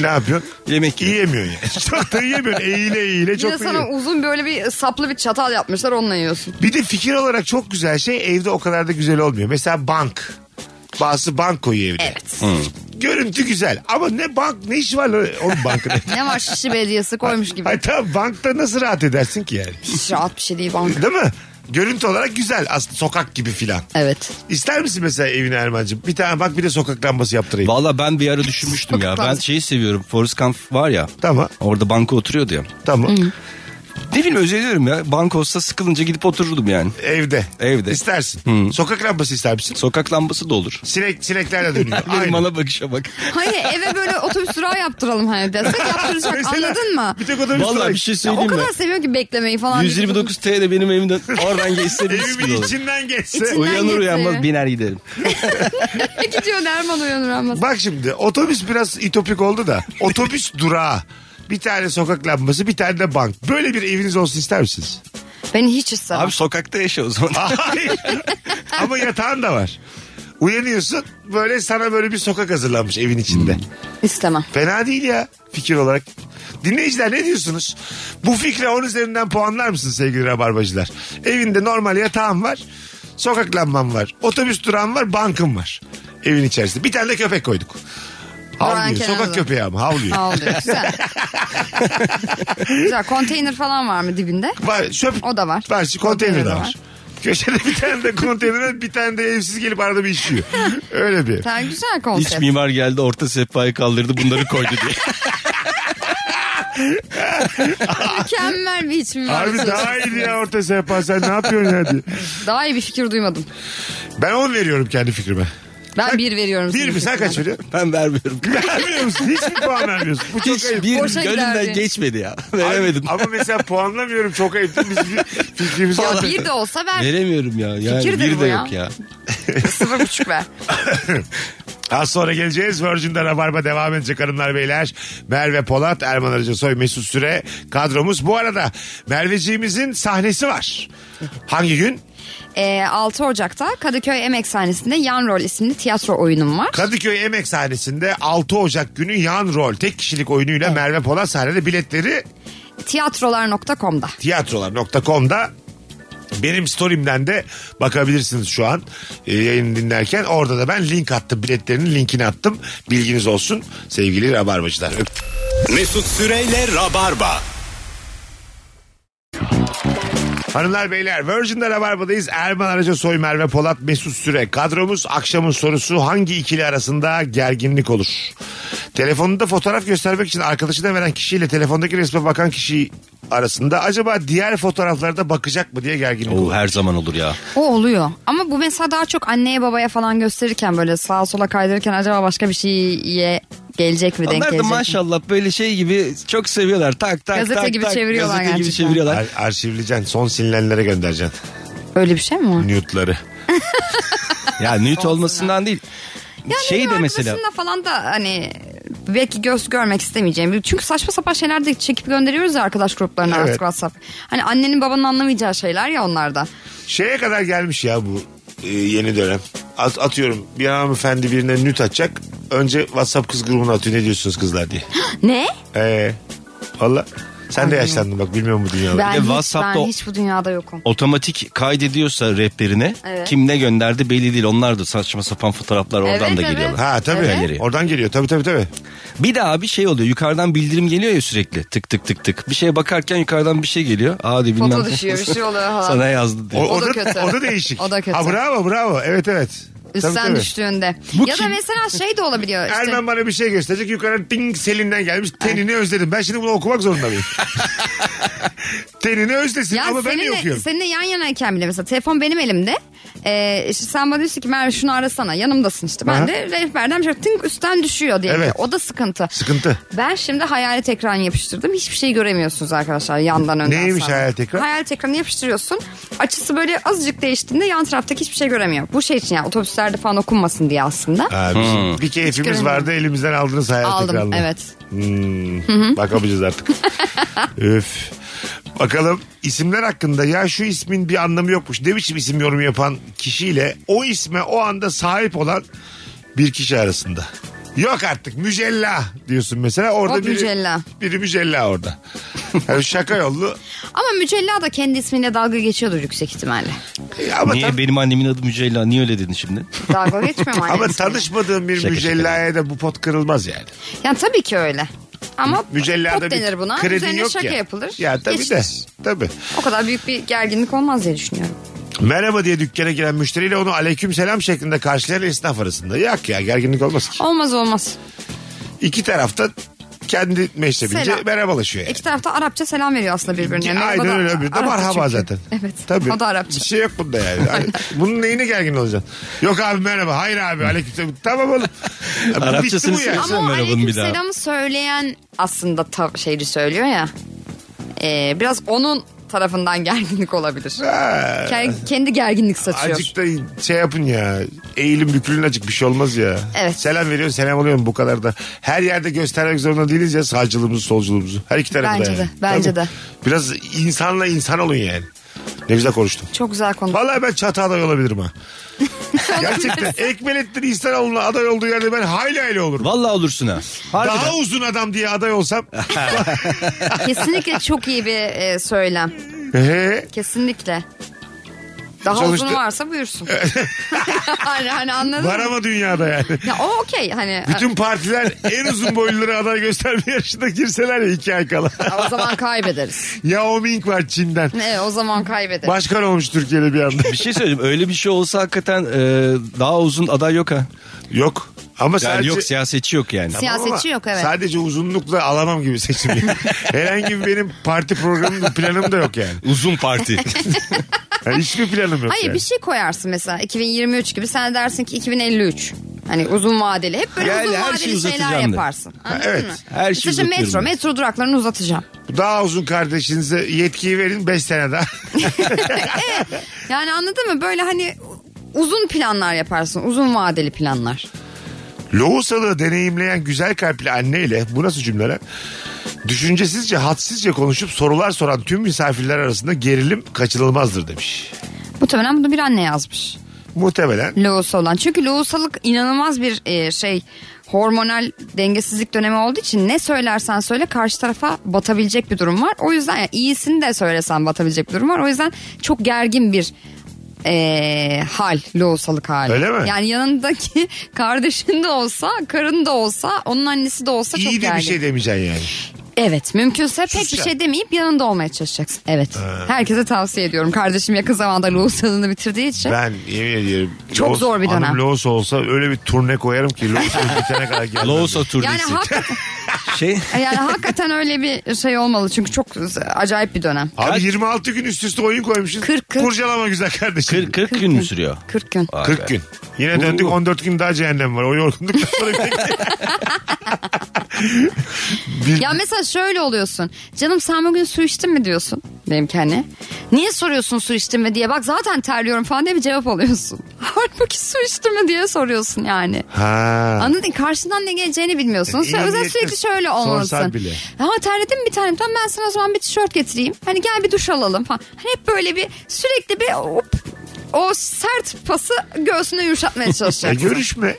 Speaker 3: Ne yapıyorsun?
Speaker 5: Yemek yiyor.
Speaker 3: Yiyemiyorsun yani. çok da yiyemiyorsun. Eğile eğile
Speaker 4: bir
Speaker 3: çok
Speaker 4: de
Speaker 3: da
Speaker 4: sana
Speaker 3: yiyemiyorsun.
Speaker 4: uzun böyle bir saplı bir çatal yapmışlar onunla yiyorsun.
Speaker 3: Bir de fikir olarak çok güzel şey evde o kadar da güzel olmuyor. Mesela bank. Bazısı bank koyuyor evde.
Speaker 4: Evet.
Speaker 3: Görüntü güzel ama ne bank ne iş var lan oğlum bankın evde.
Speaker 4: ne var şişi belediyesi koymuş gibi.
Speaker 3: Ay tamam bankta nasıl rahat edersin ki yani?
Speaker 4: Hiç rahat bir şey değil banka.
Speaker 3: Değil mi? Görüntü olarak güzel. Aslında sokak gibi filan.
Speaker 4: Evet.
Speaker 3: İster misin mesela evine Erman'cığım? Bir tane bak bir de sokak lambası yaptırayım.
Speaker 5: Valla ben bir ara düşünmüştüm ya. Ben
Speaker 4: Sokaklar.
Speaker 5: şeyi seviyorum. Forrest Gump var ya.
Speaker 3: tamam
Speaker 5: Orada banka oturuyordu ya.
Speaker 3: tamam.
Speaker 5: Ne bileyim özeniyorum ya. Banka olsa sıkılınca gidip otururdum yani.
Speaker 3: Evde.
Speaker 5: Evde.
Speaker 3: İstersin. Sokak lambası ister misin?
Speaker 5: Sokak lambası da olur.
Speaker 3: Sinek, sineklerle dönüyor.
Speaker 5: Benim
Speaker 3: Aynen.
Speaker 5: bana bakışa bak.
Speaker 4: Hani eve böyle otobüs durağı yaptıralım hani desek yaptıracak
Speaker 3: Mesela
Speaker 4: anladın mı?
Speaker 3: Bir tek odamız
Speaker 5: Valla
Speaker 3: var.
Speaker 5: bir şey
Speaker 4: Ya o
Speaker 5: söyleyeyim mi?
Speaker 4: kadar seviyor ki beklemeyi falan.
Speaker 5: 129 T de benim evimden oradan geçse mis gibi
Speaker 3: Evimin
Speaker 5: olur.
Speaker 3: içinden geçse.
Speaker 4: İçinden
Speaker 5: Uyanır
Speaker 4: geçti.
Speaker 5: uyanmaz biner giderim.
Speaker 4: Gidiyor Erman uyanır ama.
Speaker 3: Bak şimdi otobüs biraz itopik oldu da. Otobüs durağı. Bir tane sokak lambası bir tane de bank. Böyle bir eviniz olsun ister misiniz?
Speaker 4: Ben hiç istemem.
Speaker 5: Abi sokakta yaşa o zaman.
Speaker 4: Ah,
Speaker 3: Hayır. Ama yatağın da var. Uyanıyorsun böyle sana böyle bir sokak hazırlanmış evin içinde.
Speaker 4: İstemem.
Speaker 3: Fena değil ya fikir olarak. Dinleyiciler ne diyorsunuz? Bu fikre 10 üzerinden puanlar mısın sevgili rabarbacılar? Evinde normal yatağım var. Sokak lambam var. Otobüs durağım var. Bankım var. Evin içerisinde. Bir tane de köpek koyduk.
Speaker 4: Durağın
Speaker 3: Havlıyor.
Speaker 4: kenarına.
Speaker 3: Sokak köpeği ama havlıyor.
Speaker 4: Ağlıyor. Güzel. Güzel. Konteyner falan var mı dibinde?
Speaker 3: Var, çöp.
Speaker 4: O da var.
Speaker 3: Var, şu konteyner
Speaker 4: Konteyner
Speaker 3: de
Speaker 4: de
Speaker 3: var.
Speaker 4: var.
Speaker 3: Köşede bir tane de konteyner var, bir tane de evsiz gelip arada bir işiyor. Öyle bir.
Speaker 4: Sen güzel
Speaker 5: İç
Speaker 4: konsept.
Speaker 5: mimar geldi orta sehpayı kaldırdı bunları koydu diye.
Speaker 4: Mükemmel bir iç mimar.
Speaker 3: Abi daha iyi ya orta sehpa sen ne yapıyorsun ya diye.
Speaker 4: Daha iyi bir fikir duymadım.
Speaker 3: Ben 10 veriyorum kendi fikrime.
Speaker 4: Ben bir veriyorum.
Speaker 3: Bir
Speaker 4: senin
Speaker 3: mi sen
Speaker 4: fikrine.
Speaker 3: kaç veriyorsun?
Speaker 5: Ben vermiyorum.
Speaker 3: Vermiyor musun? Hiç mi puan vermiyorsun? Bu çok
Speaker 5: Hiç
Speaker 3: ayıp.
Speaker 5: bir
Speaker 4: Boşa gider
Speaker 5: gönlümden
Speaker 4: diye.
Speaker 5: geçmedi ya. Veremedim.
Speaker 3: Ama mesela puanlamıyorum çok ayıp. Biz bir fikrimizi
Speaker 4: Ya
Speaker 3: yaptık.
Speaker 4: bir de olsa ver.
Speaker 5: Veremiyorum ya. Yani
Speaker 4: Fikirdir
Speaker 5: bir
Speaker 4: bu
Speaker 5: de
Speaker 4: ya.
Speaker 5: yok ya.
Speaker 4: Sıfır buçuk ver.
Speaker 3: Az sonra geleceğiz. Virgin'de Rabarba devam edecek hanımlar beyler. Merve Polat, Erman Arıca Soy, Mesut Süre kadromuz. Bu arada Merveciğimizin sahnesi var. Hangi gün?
Speaker 4: Ee, 6 Ocak'ta Kadıköy Emek sahnesinde Yan Rol isimli tiyatro oyunum var.
Speaker 3: Kadıköy Emek sahnesinde 6 Ocak günü yan rol tek kişilik oyunuyla Merve Polat sahnede biletleri
Speaker 4: Tiyatrolar.com'da.
Speaker 3: tiyatrolar.com'da benim story'imden de bakabilirsiniz şu an e, yayını dinlerken. Orada da ben link attım. Biletlerinin linkini attım. Bilginiz olsun sevgili rabarbacılar. Öp-
Speaker 2: Mesut Süreyle Rabarba.
Speaker 3: Hanımlar beyler Virgin'de Rabarba'dayız. Erman Araca Soy, Merve Polat, Mesut Süre. Kadromuz akşamın sorusu hangi ikili arasında gerginlik olur? Telefonunda fotoğraf göstermek için arkadaşına veren kişiyle telefondaki resme bakan kişi arasında acaba diğer fotoğraflarda bakacak mı diye gerginlik olur.
Speaker 5: Oo, her zaman olur ya.
Speaker 4: O oluyor. Ama bu mesela daha çok anneye babaya falan gösterirken böyle sağa sola kaydırırken acaba başka bir şeye gelecek mi denk
Speaker 5: Onlar da
Speaker 4: gelecek mi?
Speaker 5: maşallah böyle şey gibi çok seviyorlar. Tak tak
Speaker 4: Gazete
Speaker 5: tak
Speaker 4: gibi
Speaker 5: tak.
Speaker 4: çeviriyorlar
Speaker 5: Gazete gibi
Speaker 4: gerçekten.
Speaker 5: çeviriyorlar.
Speaker 3: Ar- arşivleyeceksin. Son silinenlere göndereceksin.
Speaker 4: Öyle bir şey mi var?
Speaker 3: Nude'ları.
Speaker 5: Ya nüt olmasından değil.
Speaker 4: Yani
Speaker 5: şey de
Speaker 4: arkadaşınla
Speaker 5: mesela
Speaker 4: falan da hani belki göz görmek istemeyeceğim. bir- Çünkü saçma sapan şeyler de çekip gönderiyoruz ya arkadaş gruplarına
Speaker 3: Evet.
Speaker 4: artık WhatsApp. Hani annenin babanın anlamayacağı şeyler ya onlarda.
Speaker 3: Şeye kadar gelmiş ya bu e, yeni dönem. At- atıyorum bir hanımefendi birine nüt atacak. Önce WhatsApp kız grubuna atıyor ne diyorsunuz kızlar diye.
Speaker 4: Ne?
Speaker 3: Ee, valla sen de yaşlandın bak bilmiyorum bu dünyada.
Speaker 4: Ben, hiç,
Speaker 5: WhatsApp'ta
Speaker 4: ben
Speaker 5: o-
Speaker 4: hiç bu dünyada yokum.
Speaker 5: otomatik kaydediyorsa rehberine
Speaker 4: Evet.
Speaker 5: kim ne gönderdi belli değil. Onlar da saçma sapan fotoğraflar oradan
Speaker 4: Evet,
Speaker 5: da
Speaker 4: evet.
Speaker 5: geliyorlar.
Speaker 3: Ha tabii.
Speaker 5: Evet.
Speaker 3: Oradan geliyor tabii tabii tabii.
Speaker 5: Bir de abi şey oluyor yukarıdan bildirim geliyor ya sürekli tık tık tık tık. Bir şeye bakarken yukarıdan bir şey geliyor. Aa diye bilmem.
Speaker 4: şey Foto düşüyor bir şey oluyor falan.
Speaker 5: Sana yazdı diye.
Speaker 3: O,
Speaker 4: O
Speaker 3: o da,
Speaker 4: da kötü.
Speaker 3: o da değişik.
Speaker 4: O da kötü.
Speaker 3: Ha, bravo bravo evet evet.
Speaker 4: Üstten
Speaker 3: Tabii, tabii.
Speaker 4: düştüğünde.
Speaker 3: Bu
Speaker 4: ya da
Speaker 3: kim?
Speaker 4: mesela şey de olabiliyor işte.
Speaker 3: Ermen bana bir şey gösterecek. Yukarıdan ting selinden gelmiş. Tenini özledim. Ben şimdi bunu okumak zorunda mıyım? Tenini özlesin
Speaker 4: Ya
Speaker 3: ama ben niye
Speaker 4: seninle,
Speaker 3: okuyorum?
Speaker 4: seninle yan yanayken bile mesela telefon benim elimde. Ee, işte sen bana diyorsun ki Merve şunu arasana yanımdasın işte. Ben
Speaker 3: Aha.
Speaker 4: de rehberden şöyle tink üstten düşüyor diye.
Speaker 3: Evet.
Speaker 4: O da sıkıntı.
Speaker 3: Sıkıntı.
Speaker 4: Ben şimdi hayalet ekran yapıştırdım. Hiçbir şey göremiyorsunuz arkadaşlar yandan önden.
Speaker 3: Neymiş
Speaker 4: sağdan.
Speaker 3: hayalet ekran?
Speaker 4: Hayalet ekranı yapıştırıyorsun. Açısı böyle azıcık değiştiğinde yan taraftaki hiçbir şey göremiyor. Bu şey için yani otobüslerde falan okunmasın diye aslında.
Speaker 3: Ha, Ee, bizim
Speaker 5: Hmm.
Speaker 3: Bir keyfimiz
Speaker 4: Çıkarın.
Speaker 3: vardı elimizden aldınız hayal
Speaker 4: Aldım
Speaker 3: tekrarını.
Speaker 4: evet.
Speaker 3: Hmm, bakamayacağız artık. Öf. Bakalım isimler hakkında ya şu ismin bir anlamı yokmuş. Ne biçim isim yorumu yapan kişiyle o isme o anda sahip olan bir kişi arasında. Yok artık mücella diyorsun mesela orada
Speaker 4: O
Speaker 3: biri,
Speaker 4: mücella.
Speaker 3: biri mücella orada. Yani şaka yollu
Speaker 4: Ama Mücella da kendi ismiyle dalga geçiyordur yüksek ihtimalle.
Speaker 3: E, ama,
Speaker 5: Niye
Speaker 3: tan-
Speaker 5: benim annemin adı Mücella? Niye öyle dedin şimdi?
Speaker 4: Dalga geçmiyor
Speaker 3: ama
Speaker 4: mu annenin ismiyle?
Speaker 3: tanışmadığın bir
Speaker 5: Şaka şaka.
Speaker 3: mücellaya da bu pot kırılmaz yani.
Speaker 4: Yani tabii ki öyle. Ama
Speaker 3: Mücellada
Speaker 4: pot
Speaker 3: bir
Speaker 4: denir buna.
Speaker 3: kredin
Speaker 4: Üzerine
Speaker 3: yok
Speaker 4: şaka
Speaker 3: ya.
Speaker 4: yapılır.
Speaker 3: Ya tabii de
Speaker 4: geçilir.
Speaker 3: tabii.
Speaker 4: O kadar büyük bir gerginlik olmaz diye düşünüyorum.
Speaker 3: Merhaba diye dükkana giren müşteriyle onu aleyküm selam şeklinde karşılayan esnaf arasında. Yok ya gerginlik olmaz ki.
Speaker 4: Olmaz olmaz.
Speaker 3: İki tarafta kendi meşrebince
Speaker 4: Selam.
Speaker 3: merhabalaşıyor yani.
Speaker 4: İki tarafta Arapça selam veriyor aslında birbirine. Merhaba
Speaker 3: Aynen
Speaker 4: da-
Speaker 3: öyle bir de
Speaker 4: Arapça
Speaker 3: merhaba
Speaker 4: çünkü.
Speaker 3: zaten.
Speaker 4: Evet.
Speaker 3: Tabii.
Speaker 4: O da Arapça.
Speaker 3: Bir şey yok bunda yani. Hani Bunun neyine gergin olacaksın? Yok abi merhaba. Hayır abi aleykümselam. Tamam oğlum. Ya bu
Speaker 5: Arapçasını
Speaker 3: bitti bu yani.
Speaker 5: söylesene.
Speaker 4: Ama o
Speaker 5: merhabanın bir daha.
Speaker 4: aleykümselamı söyleyen aslında ta- şeyi söylüyor ya. Ee, biraz onun tarafından gerginlik olabilir.
Speaker 3: Ha,
Speaker 4: Ke- Kendi gerginlik saçıyor.
Speaker 3: Azıcık da şey yapın ya. Eğilim bükülün azıcık bir şey olmaz ya.
Speaker 4: Evet.
Speaker 3: Selam veriyorsun selam alıyorsun bu kadar da. Her yerde göstermek zorunda değiliz ya sağcılığımızı solculuğumuzu. Her iki tarafı
Speaker 4: Bence
Speaker 3: da yani.
Speaker 4: de, bence de.
Speaker 3: Biraz insanla insan olun yani. Ne güzel konuştum.
Speaker 4: Çok güzel konu.
Speaker 3: Vallahi ben çatı aday olabilirim ha. Gerçekten Ekmelettin İhsanoğlu'na aday olduğu yerde ben hayli hayli olurum.
Speaker 5: Vallahi olursun ha. Harbiden.
Speaker 3: Daha uzun adam diye aday olsam.
Speaker 4: Kesinlikle çok iyi bir e, söylem.
Speaker 3: He.
Speaker 4: Kesinlikle. Daha
Speaker 3: Sonuçta-
Speaker 4: uzun varsa buyursun. hani, hani anladın
Speaker 3: var
Speaker 4: mı?
Speaker 3: ama dünyada yani.
Speaker 4: Ya o okey hani
Speaker 3: Bütün partiler en uzun boyluları aday gösterme yarışına girseler ya iki ay kala.
Speaker 4: e, o zaman kaybederiz.
Speaker 3: Yao Ming var Çin'den.
Speaker 4: Evet o zaman kaybederiz.
Speaker 3: Başkan olmuş Türkiye'de bir anda.
Speaker 5: Bir şey söyleyeyim. Öyle bir şey olsa hakikaten e, daha uzun aday yok ha.
Speaker 3: yok. Ama
Speaker 5: Yani
Speaker 3: sadece...
Speaker 5: yok siyasetçi yok yani.
Speaker 4: Siya-
Speaker 3: Ama
Speaker 4: Siyasetçi yok, evet.
Speaker 3: Sadece uzunlukla alamam gibi seçim. yani. Herhangi bir benim parti programım planım da yok yani.
Speaker 5: Uzun parti.
Speaker 3: yani hiçbir planım yok
Speaker 4: Hayır
Speaker 3: yani.
Speaker 4: bir şey koyarsın mesela 2023 gibi sen dersin ki 2053. Hani uzun vadeli hep böyle
Speaker 5: Yani
Speaker 4: uzun
Speaker 5: her şeyi
Speaker 4: vadeli şeyler
Speaker 5: uzatacağım de.
Speaker 4: yaparsın. Anladın
Speaker 3: evet.
Speaker 4: mı?
Speaker 5: Her
Speaker 4: Mesela
Speaker 5: şeyi uzatıyorum
Speaker 4: metro,
Speaker 5: ben.
Speaker 4: metro duraklarını uzatacağım.
Speaker 3: Daha uzun kardeşinize yetkiyi verin 5 sene daha.
Speaker 4: Yani anladın mı? Böyle hani uzun planlar yaparsın. Uzun vadeli planlar.
Speaker 3: Lohusalığı deneyimleyen güzel kalpli anneyle bu nasıl cümleler? Düşüncesizce, hadsizce konuşup sorular soran tüm misafirler arasında gerilim kaçınılmazdır demiş.
Speaker 4: Muhtemelen bunu bir anne yazmış.
Speaker 3: Muhtemelen
Speaker 4: Loğusa olan. Çünkü loğusalık inanılmaz bir e, şey hormonal dengesizlik dönemi olduğu için ne söylersen söyle karşı tarafa batabilecek bir durum var. O yüzden yani iyisini de söylesen batabilecek bir durum var. O yüzden çok gergin bir e, hal loğusalık hali.
Speaker 3: Öyle mi?
Speaker 4: Yani yanındaki kardeşin de olsa karın da olsa onun annesi de olsa çok
Speaker 3: iyi de
Speaker 4: gergin.
Speaker 3: bir şey demeyeceksin yani.
Speaker 4: Evet mümkünse pek bir
Speaker 3: Susacağım.
Speaker 4: şey demeyip yanında olmaya çalışacaksın. Evet herkese tavsiye ediyorum. Kardeşim yakın zamanda loğusalığını bitirdiği için.
Speaker 3: Ben yemin ediyorum.
Speaker 4: Çok zor bir dönem.
Speaker 3: Hanım Loğusa olsa öyle bir turne koyarım ki Loğusa bitene kadar gelmem.
Speaker 5: Loğusa turnesi.
Speaker 4: Yani hakikaten
Speaker 5: şey
Speaker 4: Yani hakikaten öyle bir şey olmalı çünkü çok acayip bir dönem.
Speaker 3: Abi
Speaker 5: Kaç?
Speaker 3: 26 gün üst üste oyun koymuşuz.
Speaker 4: Kırk, kırk.
Speaker 3: Kurcalama güzel kardeşim.
Speaker 5: 40, 40 gün mü sürüyor?
Speaker 4: 40 gün.
Speaker 5: Vay
Speaker 3: 40
Speaker 5: be.
Speaker 3: gün. Yine döndük 14 gün daha cehennem var. O yorgunluktan sonra bir de- Bil-
Speaker 4: Ya mesela şöyle oluyorsun. Canım sen bugün su içtin mi diyorsun. Benim kendi. Niye soruyorsun su içtin mi diye. Bak zaten terliyorum falan diye bir cevap alıyorsun. Halbuki su içtin mi diye soruyorsun yani.
Speaker 3: Ha.
Speaker 4: Anladın mı? Karşından ne geleceğini bilmiyorsun.
Speaker 3: E,
Speaker 4: O yüzden
Speaker 3: iyi niyetli
Speaker 4: sürekli şöyle
Speaker 3: sorsan
Speaker 4: olmalısın.
Speaker 3: bile.
Speaker 4: Ha terledim bir tanem. Tamam ben sana o zaman bir tişört getireyim. Hani gel bir duş alalım falan. Hani hep böyle bir sürekli bir hop, o sert pası göğsüne yumuşatmaya
Speaker 3: E,
Speaker 4: çalışacaksın.
Speaker 3: görüşme.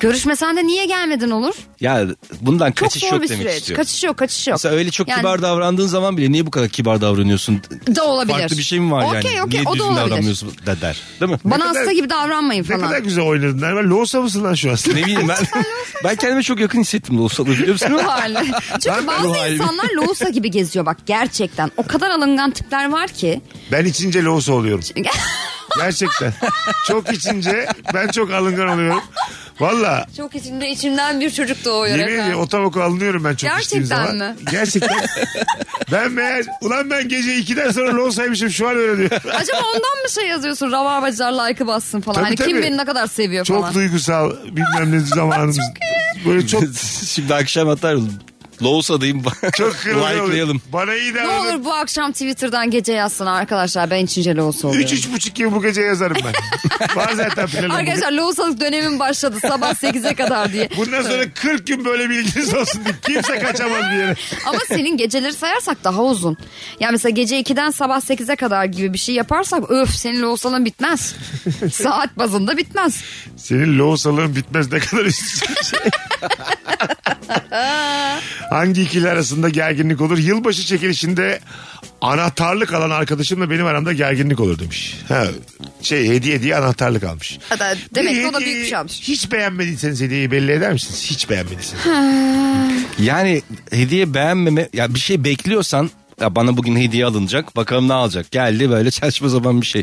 Speaker 4: Görüşmesen de niye gelmedin olur?
Speaker 5: Ya bundan
Speaker 4: Çok
Speaker 5: kaçış
Speaker 4: zor
Speaker 5: yok
Speaker 4: bir
Speaker 5: demek
Speaker 4: süreç.
Speaker 5: istiyor.
Speaker 4: Kaçış yok, kaçış yok.
Speaker 5: Mesela öyle çok
Speaker 4: Yani
Speaker 5: kibar davrandığın zaman bile niye bu kadar kibar davranıyorsun?
Speaker 4: da olabilir.
Speaker 5: Farklı bir şey mi var
Speaker 4: Okey,
Speaker 5: yani?
Speaker 4: okey,
Speaker 5: niye
Speaker 4: o da
Speaker 5: düzgün
Speaker 4: olabilir.
Speaker 5: davranmıyorsun da der. Değil mi?
Speaker 4: Bana
Speaker 3: kadar-
Speaker 4: hasta gibi davranmayın
Speaker 3: Ne
Speaker 4: falan.
Speaker 3: kadar güzel oynadın. Ben Loğusa mısın lan şu an?
Speaker 5: ne bileyim ben. ben kendime çok yakın hissettim de olsa da biliyor musun?
Speaker 4: Ruh hali. Çünkü
Speaker 5: Ben- Ruh
Speaker 4: bazı
Speaker 5: hali.
Speaker 4: insanlar loğusa gibi geziyor bak gerçekten. O kadar alıngan tipler var ki.
Speaker 3: Ben içince Loğusa oluyorum. Gerçekten. Çok içince ben çok alıngan oluyorum. Valla
Speaker 4: Çok içimde içimden bir çocuk doğuyor
Speaker 3: yemin
Speaker 4: efendim.
Speaker 3: ediyorum otoboku alınıyorum ben çok içtiğim
Speaker 4: Gerçekten
Speaker 3: zaman.
Speaker 4: mi?
Speaker 3: Gerçekten Ben meğer ulan ben gece 2'den sonra lonsaymışım şu an öyle diyor.
Speaker 4: Acaba ondan mı şey yazıyorsun? Rabarbacılar like'ı bassın falan.
Speaker 3: Tabii,
Speaker 4: hani
Speaker 3: tabii.
Speaker 4: kim beni ne kadar seviyor
Speaker 3: Çok
Speaker 4: falan.
Speaker 3: duygusal bilmem ne zamanımız. Böyle çok
Speaker 5: Şimdi akşam atar. Loğusa diyeyim.
Speaker 3: çok kırılıyor.
Speaker 5: Like'layalım.
Speaker 3: Bana iyi
Speaker 4: Ne
Speaker 3: davranın.
Speaker 4: olur bu akşam Twitter'dan gece yazsın arkadaşlar. Ben için olsa oluyorum.
Speaker 3: Üç, üç buçuk gibi bu gece yazarım ben. Var zaten planım. bugün.
Speaker 4: Arkadaşlar lohusalık dönemim başladı sabah 8'e kadar diye.
Speaker 3: Bundan sonra 40 gün böyle bilginiz olsun diye. Kimse kaçamaz bir yere.
Speaker 4: Ama senin geceleri sayarsak daha uzun. Yani mesela gece 2'den sabah 8'e kadar gibi bir şey yaparsak öf senin lohusalın bitmez. Saat bazında bitmez.
Speaker 3: Senin loğusalığın bitmez ne kadar üstü şey. Hangi ikili arasında gerginlik olur? Yılbaşı çekilişinde anahtarlık alan arkadaşımla benim aramda gerginlik olur demiş. Ha, şey hediye diye anahtarlık almış.
Speaker 4: Hatta demek
Speaker 3: Bir
Speaker 4: ki o da
Speaker 3: hediyeyi
Speaker 4: büyük bir şey almış.
Speaker 3: Hiç beğenmediyseniz hediyeyi belli eder misiniz? Hiç beğenmediyseniz.
Speaker 5: Yani hediye beğenmeme ya bir şey bekliyorsan ya bana bugün hediye alınacak bakalım ne alacak geldi böyle saçma zaman bir şey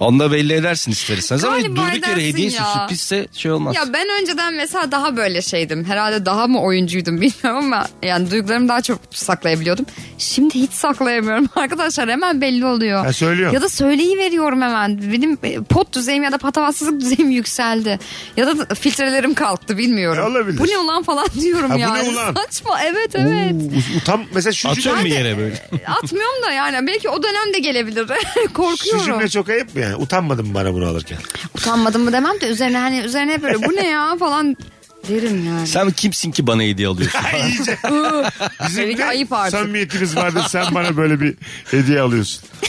Speaker 5: onu da belli edersin isterseniz ama
Speaker 4: Galiba
Speaker 5: durduk yere
Speaker 4: edersin
Speaker 5: hediye
Speaker 4: ya.
Speaker 5: sürprizse şey olmaz.
Speaker 4: Ya ben önceden mesela daha böyle şeydim. Herhalde daha mı oyuncuydum bilmiyorum ama yani duygularımı daha çok saklayabiliyordum. Şimdi hiç saklayamıyorum arkadaşlar hemen belli oluyor.
Speaker 3: Ha, söylüyorum.
Speaker 4: Ya da söyleyi veriyorum hemen. Benim e, pot düzeyim ya da patavatsızlık düzeyim yükseldi. Ya da filtrelerim kalktı bilmiyorum.
Speaker 3: E, olabilir.
Speaker 4: Bu ne ulan falan diyorum
Speaker 3: Ha, bu ne
Speaker 4: yani.
Speaker 3: ulan?
Speaker 4: Saçma evet evet.
Speaker 3: Tam mesela şu
Speaker 5: Atıyorum bir
Speaker 3: cümle,
Speaker 5: yere böyle.
Speaker 4: Atmıyorum da yani belki o dönem de gelebilir.
Speaker 3: şu
Speaker 4: Korkuyorum.
Speaker 3: cümle çok ayıp mı yani? Utanmadım bana bunu alırken.
Speaker 4: Utanmadım mı demem de üzerine hani üzerine böyle bu ne ya falan derim yani.
Speaker 5: Sen kimsin ki bana hediye alıyorsun?
Speaker 3: Ay, iyice. Bizim
Speaker 4: Tabii ki
Speaker 3: ne
Speaker 4: ayıp artık.
Speaker 3: samimiyetimiz vardı sen bana böyle bir hediye alıyorsun.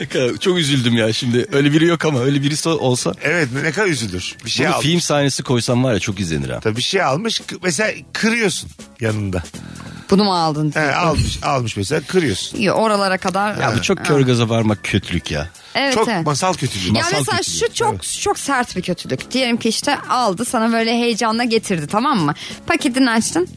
Speaker 5: Ne kadar- Çok üzüldüm ya şimdi öyle biri yok ama öyle birisi olsa.
Speaker 3: Evet ne kadar üzülür. Bir şey
Speaker 5: Bunu
Speaker 3: almış.
Speaker 5: film sahnesi koysam var ya çok izlenir ha.
Speaker 3: Tabii bir şey almış k- mesela kırıyorsun yanında.
Speaker 4: Bunu mu aldın?
Speaker 3: He, almış almış mesela kırıyorsun.
Speaker 4: Ya oralara kadar.
Speaker 5: Ya bu çok kör gaza varmak kötülük ya.
Speaker 4: evet,
Speaker 3: Çok
Speaker 4: evet.
Speaker 3: masal kötülüğü.
Speaker 4: Ya mesela şu çok çok sert bir kötülük. Diyelim ki işte aldı sana böyle heyecanla getirdi tamam mı? Paketini açtın.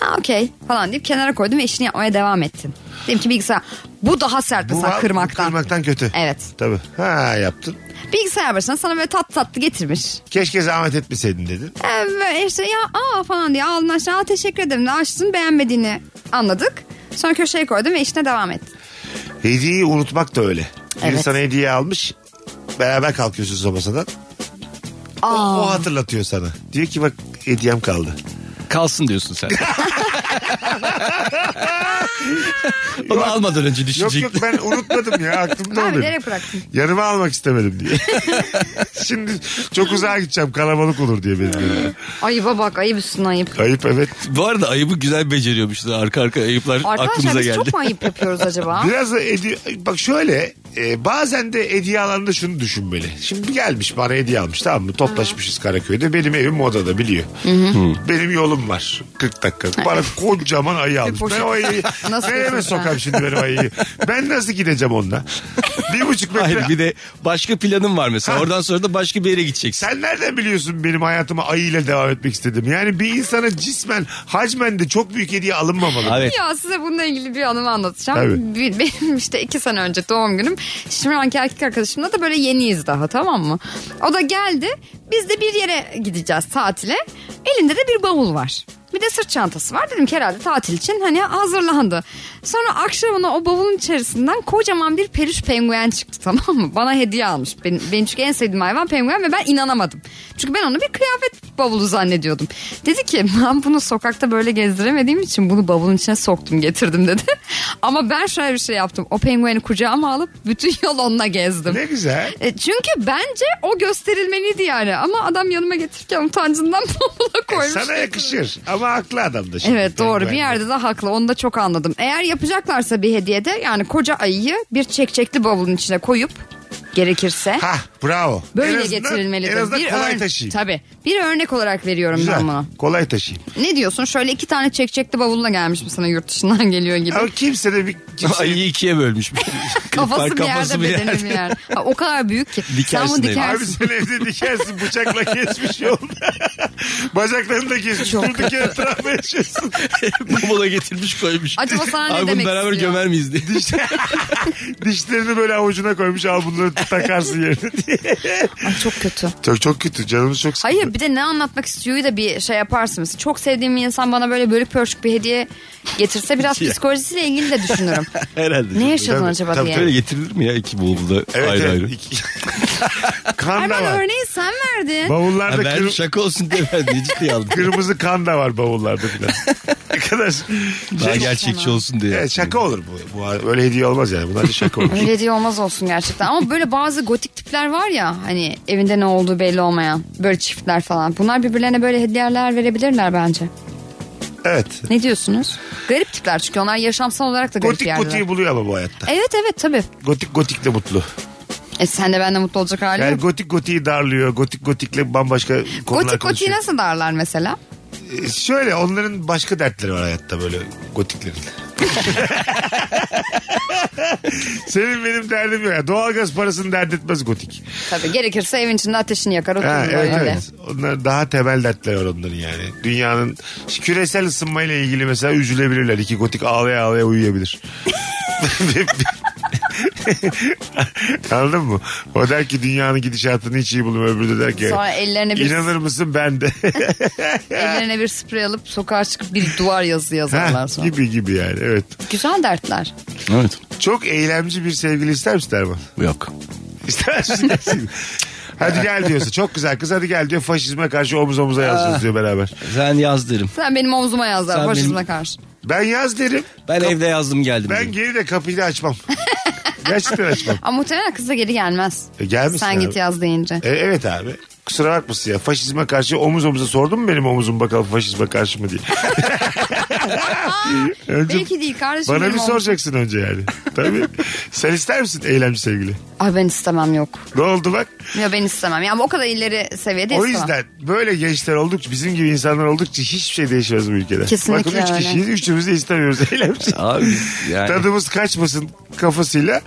Speaker 4: Ha okey falan deyip kenara koydun ve işini yapmaya devam ettin. Diyelim ki bilgisayar. Bu daha sert
Speaker 3: Bu
Speaker 4: mesela
Speaker 3: var, bu
Speaker 4: kırmaktan.
Speaker 3: kırmaktan kötü.
Speaker 4: Evet.
Speaker 3: Tabii. Ha yaptın.
Speaker 4: Bilgisayar başına sana böyle tat tatlı getirmiş.
Speaker 3: Keşke zahmet etmeseydin dedin.
Speaker 4: Evet işte ya aa falan diye aldın aşağı "Aa, teşekkür ederim de açtın beğenmediğini anladık. Sonra köşeye koydun ve işine devam et.
Speaker 3: Hediyeyi unutmak da öyle. Biri
Speaker 4: Evet.
Speaker 3: sana hediye almış. Beraber kalkıyorsunuz o masadan. O,
Speaker 4: Aa.
Speaker 3: o hatırlatıyor sana. Diyor ki bak hediyem kaldı.
Speaker 5: Kalsın diyorsun sen. Onu almadan önce
Speaker 3: Yok
Speaker 5: düşünecektim.
Speaker 3: yok ben unutmadım ya aklımda
Speaker 4: Ben
Speaker 3: oluyor.
Speaker 4: bilerek bıraktım.
Speaker 3: Yanıma almak istemedim diye. Şimdi çok uzağa gideceğim kalabalık olur diye benim. yanıma.
Speaker 4: Ayıba bak ayıp üstüne ayıp.
Speaker 3: Ayıp evet.
Speaker 5: Bu arada ayıbı güzel beceriyormuşuz. Arka arka ayıplar
Speaker 4: Arkadaşlar
Speaker 5: aklımıza
Speaker 4: biz
Speaker 5: geldi.
Speaker 4: çok mu ayıp yapıyoruz acaba?
Speaker 3: Biraz da hediye- bak şöyle e, bazen de hediye alanında şunu düşünmeli. Şimdi gelmiş bana hediye almış tamam mı? Toplaşmışız Karaköy'de. Benim evim Moda'da biliyor. Benim yolum var 40 dakika. Bana kocaman ayı almış. Ben
Speaker 4: poşet.
Speaker 3: o ayıyı
Speaker 4: Nasıl
Speaker 3: nereye
Speaker 4: götürdün
Speaker 3: sokam
Speaker 4: ha?
Speaker 3: şimdi benim ayıyı? Ben nasıl gideceğim onunla? bir buçuk metre.
Speaker 5: Hayır bir de başka planım var mesela. Oradan sonra da başka bir yere gideceksin.
Speaker 3: Sen nereden biliyorsun benim hayatıma ayıyla devam etmek istedim? Yani bir insana cismen, hacmen de çok büyük hediye alınmamalı.
Speaker 5: Evet.
Speaker 4: Ya size bununla ilgili bir anımı anlatacağım.
Speaker 3: Tabii.
Speaker 4: Bir- Benim işte iki sene önce doğum günüm. Şimdi anki erkek arkadaşımla da böyle yeniyiz daha tamam mı? O da geldi. Biz de bir yere gideceğiz tatile. Elinde de bir bavul var. Bir de sırt çantası var. Dedim ki herhalde tatil için hani hazırlandı. Sonra akşamına o bavulun içerisinden kocaman bir peluş penguen çıktı tamam mı? Bana hediye almış. Benim, benim çünkü en sevdiğim hayvan penguen ve ben inanamadım. Çünkü ben onu bir kıyafet bavulu zannediyordum. Dedi ki ben bunu sokakta böyle gezdiremediğim için bunu bavulun içine soktum getirdim dedi. Ama ben şöyle bir şey yaptım. O pengueni kucağıma alıp bütün yol onunla gezdim.
Speaker 3: Ne güzel.
Speaker 4: E, Çünkü bence o gösterilmeliydi yani. Ama adam yanıma getirirken utancından bavula koymuş.
Speaker 3: Sana yakışır ama haklı adam da şimdi.
Speaker 4: Evet doğru
Speaker 3: Penguen.
Speaker 4: bir yerde de haklı onu da çok anladım. Eğer yapacaklarsa bir hediyede yani koca ayıyı bir çekçekli bavulun içine koyup gerekirse
Speaker 3: Ha bravo. En
Speaker 4: böyle
Speaker 3: azından-
Speaker 4: getirilmelidir.
Speaker 3: En azından
Speaker 4: bir
Speaker 3: kolay
Speaker 4: ör-
Speaker 3: taşıyayım.
Speaker 4: Tabii bir örnek olarak veriyorum
Speaker 3: Güzel.
Speaker 4: ben bunu.
Speaker 3: Kolay taşıyayım.
Speaker 4: Ne diyorsun şöyle iki tane çekçekli bavulla gelmiş mi sana yurt dışından geliyor gibi.
Speaker 3: Ama kimse de bir... Kimse...
Speaker 5: Ayıyı ikiye bölmüş.
Speaker 4: Kafası,
Speaker 5: Kafası
Speaker 4: bir yerde bedeni bir yerde. Ha, o kadar büyük ki.
Speaker 5: Dikersin
Speaker 4: Sen bunu
Speaker 5: evi.
Speaker 3: Abi sen
Speaker 4: dikersin.
Speaker 3: evde dikersin bıçakla kesmiş yolda. Bacaklarını da kesmiş.
Speaker 4: Çok
Speaker 3: Durduk yere travma yaşıyorsun.
Speaker 5: Babola getirmiş koymuş.
Speaker 4: Acaba sana ne
Speaker 5: Abi bunu
Speaker 4: demek
Speaker 5: beraber
Speaker 4: istiyor?
Speaker 5: gömer miyiz diye.
Speaker 3: Dişlerini böyle avucuna koymuş. Al bunları takarsın yerine diye.
Speaker 4: Ay, çok kötü.
Speaker 3: Çok çok kötü canımız çok sıkıldı.
Speaker 4: Hayır bir de ne anlatmak istiyoryu da bir şey yaparsın. Mesela çok sevdiğim bir insan bana böyle bölük pörçük bir hediye getirse biraz psikolojisiyle ilgili de düşünürüm.
Speaker 5: Herhalde.
Speaker 4: ne yaşadın
Speaker 3: Tabii,
Speaker 4: acaba
Speaker 3: tabii,
Speaker 4: diye.
Speaker 5: Böyle getirilir mi ya iki bulda
Speaker 3: Evet,
Speaker 5: ayrı
Speaker 3: evet.
Speaker 5: ayrı?
Speaker 3: İki-
Speaker 4: Ay
Speaker 3: kan da
Speaker 4: ben
Speaker 3: var.
Speaker 4: örneği sen verdin.
Speaker 5: Ha,
Speaker 3: Bavullarda
Speaker 5: ben
Speaker 3: kırm-
Speaker 5: şaka olsun diye ben diye ciddiye aldım.
Speaker 3: kırmızı kan da var bavullarda filan. ne kadar
Speaker 5: Daha
Speaker 3: Şey-
Speaker 5: gerçekçi olsun diye.
Speaker 3: Evet, şaka olur bu. bu. Öyle hediye olmaz yani. Bunlar da şaka olur.
Speaker 4: Öyle diye olmaz olsun gerçekten. Ama böyle bazı gotik tipler var ya hani evinde ne olduğu belli olmayan böyle çiftler falan. Bunlar birbirlerine böyle hediyeler verebilirler bence.
Speaker 3: evet.
Speaker 4: Ne diyorsunuz? Garip tipler çünkü onlar yaşamsal olarak da garip
Speaker 3: Gotik
Speaker 4: yerler.
Speaker 3: gotiği buluyor ama bu hayatta.
Speaker 4: Evet evet tabii.
Speaker 3: Gotik gotikle mutlu.
Speaker 4: E sen de benden mutlu olacak hali
Speaker 3: Yani
Speaker 4: yok.
Speaker 3: gotik gotiği darlıyor. Gotik gotikle bambaşka konular
Speaker 4: Gotik gotiği
Speaker 3: konuşuyor.
Speaker 4: nasıl darlar mesela?
Speaker 3: Ee, Şöyle onların başka dertleri var hayatta böyle gotiklerin. Senin benim derdim yok. Yani Doğalgaz parasını dert etmez gotik.
Speaker 4: Tabii gerekirse evin içinde ateşini yakar oturur
Speaker 3: Ha, evet,
Speaker 4: böyle.
Speaker 3: evet. Onlar daha temel dertler var onların yani. Dünyanın küresel ısınmayla ilgili mesela üzülebilirler. İki gotik ağlaya ağlaya uyuyabilir. Anladın mı? O der ki dünyanın gidişatını hiç iyi bulmuyor. Öbürü de der ki
Speaker 4: Sonra ellerine bir
Speaker 3: inanır mısın ben de.
Speaker 4: ellerine bir sprey alıp sokağa çıkıp bir duvar yazı yazarlar
Speaker 3: Ha,
Speaker 4: sonra.
Speaker 3: gibi gibi yani evet.
Speaker 4: Güzel dertler.
Speaker 5: Evet.
Speaker 3: Çok eylemci bir sevgili ister misin Erman?
Speaker 5: Yok.
Speaker 3: İster misin? dersin? hadi gel diyorsa çok güzel kız hadi gel diyor faşizme karşı omuz omuza yazacağız diyor beraber.
Speaker 5: Ben yaz derim.
Speaker 4: Sen benim omzuma yazlar
Speaker 5: Sen
Speaker 4: faşizme
Speaker 5: benim-
Speaker 4: karşı.
Speaker 3: Ben yaz derim
Speaker 5: Ben evde yazdım geldim.
Speaker 3: Ben
Speaker 5: derim.
Speaker 3: geri de kapıyı da açmam. Gerçekten açmam.
Speaker 4: Ama muhtemelen kız da geri gelmez.
Speaker 3: E, gelmesin
Speaker 4: Sen
Speaker 3: abi.
Speaker 4: git yaz deyince.
Speaker 3: E, evet abi. Kusura bakmasın ya. Faşizme karşı omuz omuza sordun mu benim omuzum bakalım faşizme karşı mı diye. Önce
Speaker 4: Belki değil kardeşim.
Speaker 3: bana
Speaker 4: benim
Speaker 3: bir
Speaker 4: omzum-
Speaker 3: soracaksın önce yani. Tabii. Sen ister misin eylemci sevgili?
Speaker 4: Ay ben istemem yok.
Speaker 3: Ne oldu bak?
Speaker 4: Ya ben istemem. Yani o kadar ileri seviyede
Speaker 3: O
Speaker 4: istemem.
Speaker 3: yüzden böyle gençler oldukça bizim gibi insanlar oldukça hiçbir şey değişmez bu ülkede.
Speaker 4: Kesinlikle
Speaker 3: Bakın üç
Speaker 4: öyle.
Speaker 3: kişiyiz. Üçümüz de istemiyoruz eylemci.
Speaker 5: Abi yani.
Speaker 3: Tadımız kaçmasın kafasıyla.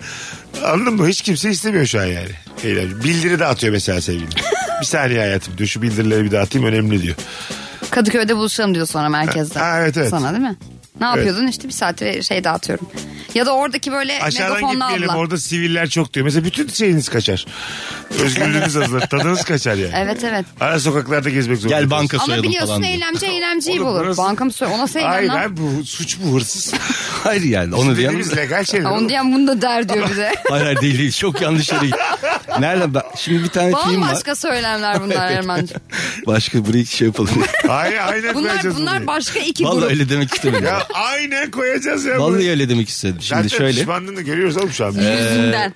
Speaker 3: Anladın mı? Hiç kimse istemiyor şu an yani. Eğlen- Bildiri de atıyor mesela sevgilim. bir saniye hayatım diyor. Şu bildirileri bir daha atayım önemli diyor.
Speaker 4: Kadıköy'de buluşalım diyor sonra merkezde.
Speaker 3: Ha, evet, evet.
Speaker 4: Sana değil mi? Ne yapıyordun işte bir saate şey dağıtıyorum. Ya da oradaki böyle
Speaker 3: Aşağıdan
Speaker 4: megafonlu
Speaker 3: gitmeyelim
Speaker 4: abla.
Speaker 3: orada siviller çok diyor. Mesela bütün şeyiniz kaçar. Özgürlüğünüz azalır. Tadınız kaçar yani.
Speaker 4: Evet evet.
Speaker 3: Ara sokaklarda gezmek zorunda.
Speaker 5: Gel
Speaker 3: kalıyorsun.
Speaker 5: banka
Speaker 4: Ama
Speaker 5: soyalım
Speaker 4: biliyorsun
Speaker 5: falan diye.
Speaker 4: eylemci eylemciyi
Speaker 3: Oğlum
Speaker 4: bulur.
Speaker 3: burası-
Speaker 4: Banka mı soy- Ona söyle
Speaker 3: Hayır
Speaker 4: lan.
Speaker 3: abi bu suç bu hırsız.
Speaker 5: Hayır yani onu
Speaker 3: Onu
Speaker 5: diyen.
Speaker 3: dediğimiz legal şeyler.
Speaker 4: Onu
Speaker 3: oğlum.
Speaker 4: diyen bunu da der diyor bize.
Speaker 5: Hayır hayır değil değil. Çok yanlış yere gitti. Nereden ben? Şimdi bir tane film var.
Speaker 4: Bambaşka söylemler bunlar Erman'cığım.
Speaker 5: Başka burayı şey yapalım.
Speaker 3: Hayır aynen
Speaker 4: Bunlar,
Speaker 3: koyacağız
Speaker 4: bunlar
Speaker 3: bunu.
Speaker 4: başka iki
Speaker 5: Vallahi
Speaker 4: grup.
Speaker 5: öyle demek istemedim.
Speaker 3: Ya aynen koyacağız ya. bunu.
Speaker 5: Vallahi öyle demek istedim. Şimdi
Speaker 3: Zaten
Speaker 5: şöyle.
Speaker 3: pişmanlığını görüyoruz oğlum şu an.
Speaker 5: Ee,
Speaker 4: Yüzünden.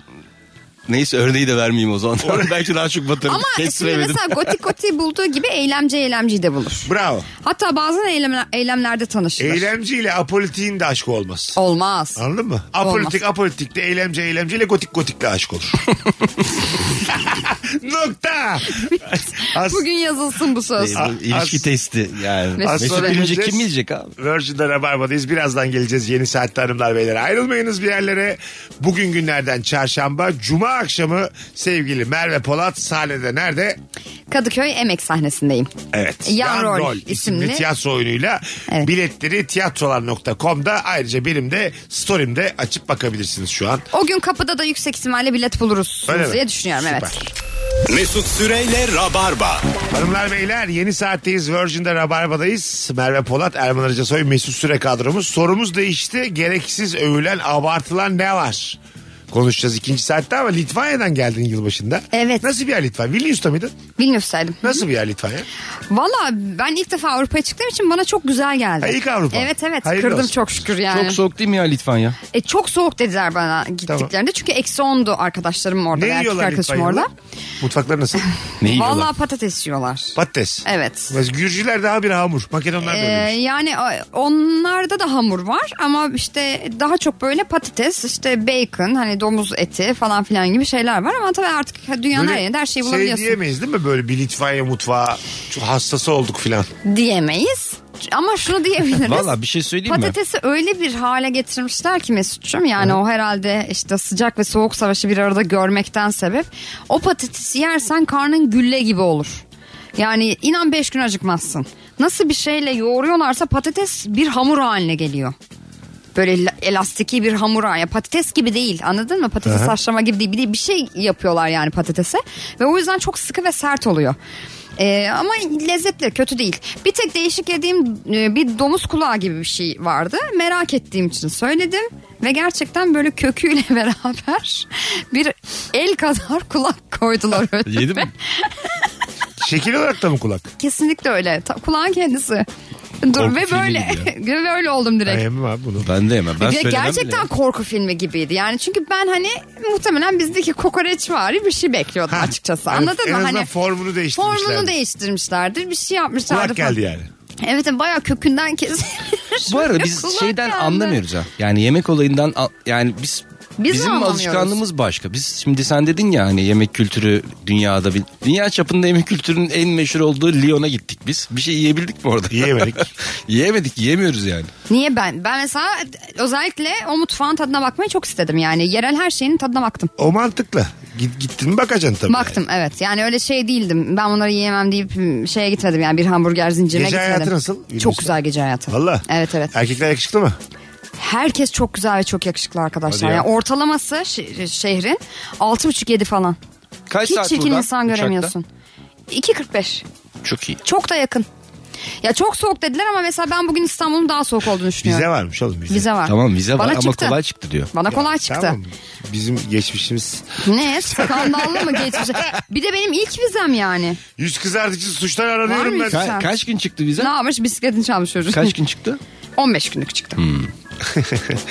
Speaker 5: Neyse örneği de vermeyeyim o zaman. Belki daha çok batarım.
Speaker 4: Ama şimdi
Speaker 5: Kestiremedim.
Speaker 4: mesela gotik gotiği bulduğu gibi eylemci eylemciyi de bulur.
Speaker 3: Bravo.
Speaker 4: Hatta bazen eylemler, eylemlerde tanışırlar.
Speaker 3: Eylemci ile apolitiğin de aşkı olmaz.
Speaker 4: Olmaz.
Speaker 3: Anladın mı? Apolitik apolitik de eylemci eylemciyle gotik gotik de aşk olur. Nokta. As,
Speaker 4: Bugün yazılsın bu söz.
Speaker 5: Ee, bu İlişki
Speaker 3: as-
Speaker 5: testi yani.
Speaker 4: Mesut
Speaker 5: Mesut
Speaker 3: sonra
Speaker 5: bilince
Speaker 3: geleceğiz.
Speaker 5: kim bilecek abi?
Speaker 3: Virgin'de Rabarba'dayız. Birazdan geleceğiz yeni saatte hanımlar beyler. Ayrılmayınız bir yerlere. Bugün günlerden çarşamba. Cuma akşamı sevgili Merve Polat sahnede nerede?
Speaker 4: Kadıköy Emek sahnesindeyim.
Speaker 3: Evet.
Speaker 4: Yan Rol
Speaker 3: isimli,
Speaker 4: isimli
Speaker 3: tiyatro oyunuyla
Speaker 4: Evet.
Speaker 3: biletleri tiyatrolar.com'da ayrıca benim de story'imde açıp bakabilirsiniz şu an.
Speaker 4: O gün kapıda da yüksek ihtimalle bilet buluruz
Speaker 3: Öyle mi?
Speaker 4: diye düşünüyorum evet.
Speaker 3: Süper.
Speaker 2: Mesut Süreyle Rabarba.
Speaker 3: Hanımlar beyler yeni saatteyiz Virgin'de Rabarba'dayız. Merve Polat, Erman Arıca Soy, Mesut Süre kadromuz. Sorumuz değişti. Gereksiz övülen, abartılan ne var? Konuşacağız ikinci saatte ama Litvanya'dan geldin yılbaşında.
Speaker 4: Evet.
Speaker 3: Nasıl bir yer Litvanya? Vilnius'ta mıydın?
Speaker 4: Bilmiyorum
Speaker 3: Nasıl bir yer Litvanya?
Speaker 4: Valla ben ilk defa Avrupa'ya çıktığım için bana çok güzel geldi.
Speaker 3: Ha, ilk Avrupa.
Speaker 4: Evet evet
Speaker 3: Hayırlı
Speaker 4: kırdım
Speaker 3: olsun.
Speaker 4: çok şükür yani.
Speaker 5: Çok soğuk değil mi ya Litvanya?
Speaker 4: E, çok soğuk dediler bana gittiklerinde çünkü eksi 10'du arkadaşlarım orada.
Speaker 3: Ne
Speaker 4: erkek
Speaker 3: yiyorlar
Speaker 4: arkadaşım
Speaker 3: Litvanya'da?
Speaker 4: orada.
Speaker 3: Mutfakları nasıl?
Speaker 5: Ne yiyorlar?
Speaker 4: Valla patates yiyorlar.
Speaker 3: Patates.
Speaker 4: Evet.
Speaker 3: Mesela Gürcüler daha bir hamur. Makedonlar da
Speaker 4: Ee,
Speaker 3: öyleymiş.
Speaker 4: yani o- onlarda da hamur var ama işte daha çok böyle patates işte bacon hani domuz eti falan filan gibi şeyler var ama tabii artık dünyanın her yerinde her şeyi bulabiliyorsun
Speaker 3: Şey diyemeyiz değil mi böyle bir Litvanya mutfağı çok hassası olduk filan.
Speaker 4: diyemeyiz ama şunu diyebiliriz.
Speaker 5: Valla bir şey söyleyeyim mi?
Speaker 4: Patatesi öyle bir hale getirmişler ki Mesut'cum yani o herhalde işte sıcak ve soğuk savaşı bir arada görmekten sebep o patatesi yersen karnın gülle gibi olur. Yani inan 5 gün acıkmazsın. Nasıl bir şeyle yoğuruyorlarsa patates bir hamur haline geliyor. böyle la- elastiki bir hamura ya patates gibi değil anladın mı patates haşlama gibi değil bir, de bir şey yapıyorlar yani patatese ve o yüzden çok sıkı ve sert oluyor. Ee, ama lezzetli kötü değil. Bir tek değişik yediğim e, bir domuz kulağı gibi bir şey vardı. Merak ettiğim için söyledim ve gerçekten böyle köküyle beraber bir el kadar kulak koydular önüme.
Speaker 5: Yedim mi?
Speaker 3: Şekil olarak da mı kulak?
Speaker 4: Kesinlikle öyle. Ta- kulağın kendisi. Dur
Speaker 5: Korku
Speaker 4: ve
Speaker 5: filmi
Speaker 4: böyle ve böyle oldum direkt.
Speaker 3: Ay, Yemem abi bunu.
Speaker 5: Ben de yemem. Ben
Speaker 4: Ve
Speaker 5: söylemem bile.
Speaker 4: gerçekten korku filmi gibiydi. Yani çünkü ben hani muhtemelen bizdeki kokoreç var bir şey bekliyordum
Speaker 3: Ha,
Speaker 4: açıkçası.
Speaker 3: evet,
Speaker 4: Anladın
Speaker 3: en
Speaker 4: mı?
Speaker 3: azından
Speaker 4: Hani
Speaker 3: formunu değiştirmişlerdi.
Speaker 4: formunu değiştirmişlerdir. Bir şey yapmışlardı
Speaker 3: Kulak
Speaker 4: falan.
Speaker 3: geldi yani.
Speaker 4: Evet yani bayağı kökünden kesilmiş.
Speaker 5: Bu arada biz
Speaker 4: Kulak
Speaker 5: şeyden
Speaker 4: geldi.
Speaker 5: anlamıyoruz ha. Yani yemek olayından al- yani biz
Speaker 4: Biz mi
Speaker 5: bizim
Speaker 4: anlamıyoruz?
Speaker 5: alışkanlığımız başka. Biz şimdi sen dedin ya hani yemek kültürü dünyada bir dünya çapında yemek kültürünün en meşhur olduğu Lyon'a gittik biz. Bir şey yiyebildik mi orada?
Speaker 3: Yiyemedik.
Speaker 5: Yiyemedik, yiyemiyoruz yani.
Speaker 4: Niye ben? Ben mesela özellikle o mutfağın tadına bakmayı çok istedim. Yani yerel her şeyin tadına baktım.
Speaker 3: O mantıkla. Git, gittin mi bakacaksın tabii.
Speaker 4: Baktım evet. Yani öyle şey değildim. Ben bunları yiyemem deyip m, şeye gitmedim yani bir hamburger zincirine
Speaker 3: Gece
Speaker 4: gitmedim.
Speaker 3: hayatı nasıl? Gülümse.
Speaker 4: Çok güzel gece hayatı.
Speaker 3: Valla.
Speaker 4: Evet evet.
Speaker 3: Erkekler yakışıklı mı?
Speaker 4: Herkes çok güzel ve çok yakışıklı arkadaşlar.
Speaker 3: Hadi ya.
Speaker 4: Yani ortalaması şe- e, şehrin 6,5-7 falan.
Speaker 5: Kaç
Speaker 4: Hiç
Speaker 5: saat
Speaker 4: çirkin
Speaker 5: buradan
Speaker 4: insan
Speaker 5: uçakta?
Speaker 4: göremiyorsun. 2.45.
Speaker 5: Çok iyi.
Speaker 4: Çok da yakın. Ya çok soğuk dediler ama mesela ben bugün İstanbul'un daha soğuk olduğunu düşünüyorum.
Speaker 3: Vize varmış oğlum vize.
Speaker 4: Vize var.
Speaker 5: Tamam vize var
Speaker 4: Bana
Speaker 5: ama
Speaker 4: çıktı.
Speaker 5: kolay çıktı diyor.
Speaker 4: Bana kolay çıktı.
Speaker 3: Tamam. Bizim geçmişimiz.
Speaker 4: Ne? Skandallı mı geçmiş? Bir de benim ilk vizem yani.
Speaker 3: Yüz kızartıcı suçlar aranıyorum
Speaker 4: mı
Speaker 3: ben.
Speaker 4: hiç?
Speaker 5: Ka-
Speaker 4: Saat.
Speaker 5: kaç gün çıktı vize?
Speaker 4: Ne yapmış? Bisikletini çalmış çocuk.
Speaker 5: Kaç gün Hmm. çıktı?
Speaker 4: 15 günlük çıktı.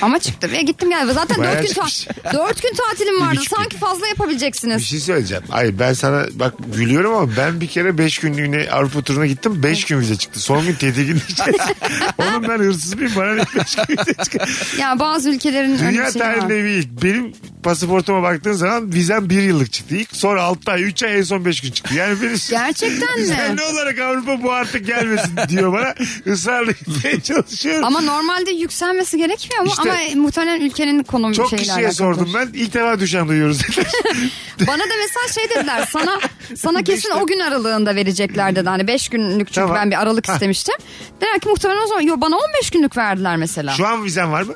Speaker 4: Ama çıktı ve gittim geldim. Zaten
Speaker 3: Bayağı
Speaker 4: 4 gün, ta-
Speaker 3: çıkmış.
Speaker 4: dört gün tatilim vardı.
Speaker 5: buçuk gün.
Speaker 4: Sanki fazla
Speaker 3: Bir
Speaker 4: yapabileceksiniz.
Speaker 3: şey söyleyeceğim. Ay ben sana bak gülüyorum ama ben bir kere 5 günlüğüne Avrupa turuna gittim. 5 gün vize çıktı. Son gün tedirgin Oğlum ben hırsız mıyım? Bana ne 5 gün vize çıktı.
Speaker 4: Ya bazı ülkelerin öyle
Speaker 3: Dünya
Speaker 4: bir şeyi var.
Speaker 3: tarihinde bir ilk. Benim pasaportuma baktığın zaman vizem 1 yıllık çıktı ilk. Sonra 6 ay 3 ay en son 5 gün çıktı. Yani beni
Speaker 4: Gerçekten mi?
Speaker 3: Düzenli olarak Avrupa bu artık gelmesin diyor bana. Israrla gitmeye çalışıyorum.
Speaker 4: Ama normalde yükselmesi gerekmiyor mu?
Speaker 3: İşte-
Speaker 4: Ama muhtemelen ülkenin konum
Speaker 3: Çok
Speaker 4: şeyle
Speaker 3: kişiye
Speaker 4: alakalı.
Speaker 3: sordum ben. İlk defa düşen duyuyoruz.
Speaker 4: Bana da mesela şey dediler sana sana kesin o gün aralığında verecekler dedi. Hani 5 günlük çünkü
Speaker 3: Tamam.
Speaker 4: ben bir aralık
Speaker 3: Ha.
Speaker 4: istemiştim. Dediler ki muhtemelen o zaman yo bana 15 günlük verdiler mesela.
Speaker 3: Şu an vizen var mı?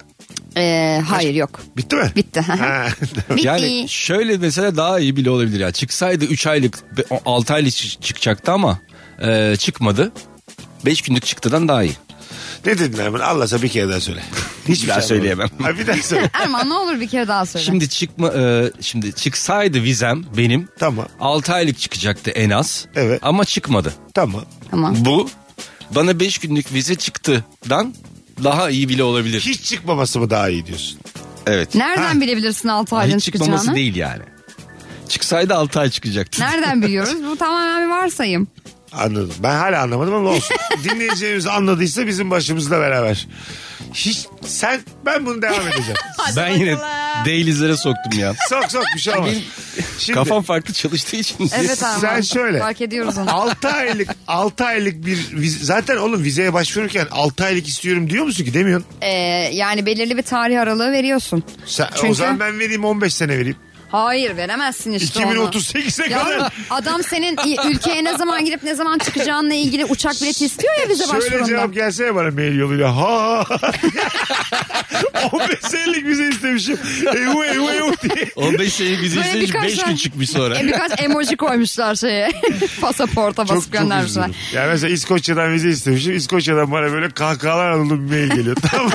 Speaker 4: Ee, hayır yok.
Speaker 3: Bitti mi?
Speaker 4: Bitti.
Speaker 3: Ha,
Speaker 4: Bitti.
Speaker 5: Yani şöyle mesela daha iyi bile olabilir ya. Çıksaydı 3 aylık 6 aylık çı- çıkacaktı ama e, çıkmadı. 5 günlük çıktıdan daha iyi.
Speaker 3: ne dediler bana? Allah'sa bir kere daha söyle. Hiçbir
Speaker 5: daha
Speaker 3: şey
Speaker 5: söyleyemem.
Speaker 3: anlamadım. Ha, bir daha söyle.
Speaker 4: Erman ne olur bir kere daha söyle.
Speaker 5: Şimdi çıkma e, şimdi çıksaydı vizem benim
Speaker 3: Tamam.
Speaker 5: 6 aylık çıkacaktı en az.
Speaker 3: Evet.
Speaker 5: Ama çıkmadı.
Speaker 3: Tamam.
Speaker 4: tamam.
Speaker 5: Bu bana 5 günlük vize çıktıdan daha iyi bile olabilir.
Speaker 3: Hiç çıkmaması mı daha iyi diyorsun?
Speaker 5: evet.
Speaker 4: Nereden bilebilirsin 6 aydan
Speaker 5: Hiç çıkmaması
Speaker 4: çıkacağını?
Speaker 5: değil yani. Çıksaydı 6 ay çıkacaktı.
Speaker 4: Nereden biliyoruz? Bu tamamen bir varsayım.
Speaker 3: Anladım. Ben hala anlamadım ama olsun. Dinleyeceğimiz anladıysa bizim başımızla beraber. Hiç sen ben bunu devam edeceğim.
Speaker 5: ben yine deylizlere soktum ya.
Speaker 3: Sok sok bir şey olmaz. Şimdi,
Speaker 5: Kafam farklı çalıştığı için.
Speaker 4: Evet Erman.
Speaker 3: Sen şöyle.
Speaker 4: Fark ediyoruz onu.
Speaker 3: 6 aylık 6 aylık bir vize, zaten oğlum vizeye başvururken 6 aylık istiyorum diyor musun ki demiyorsun.
Speaker 4: Ee, yani belirli bir tarih aralığı veriyorsun.
Speaker 3: Sen, O
Speaker 4: Çünkü-
Speaker 3: zaman ben vereyim 15 sene vereyim.
Speaker 4: Hayır veremezsin işte onu.
Speaker 3: 2038'e
Speaker 4: Ya
Speaker 3: kadar.
Speaker 4: adam senin i- ülkeye ne zaman girip ne zaman çıkacağınla ilgili uçak bileti istiyor ya bize
Speaker 3: Şöyle
Speaker 4: başvurunda.
Speaker 3: cevap gelsene bana mail yoluyla. Ha. 15 senelik vize istemişim. Evu evu evu diye.
Speaker 5: 15 senelik vize
Speaker 4: Böyle
Speaker 5: istemiş
Speaker 4: birkaç
Speaker 5: 5 gün
Speaker 4: tane-
Speaker 5: çıkmış sonra.
Speaker 4: E, birkaç emoji koymuşlar şeye. Pasaporta basıp göndermişler.
Speaker 3: üzüldüm. Yani mesela İskoçya'dan vize istemişim. İskoçya'dan bana böyle kahkahalar anılı bir mail geliyor. tamam.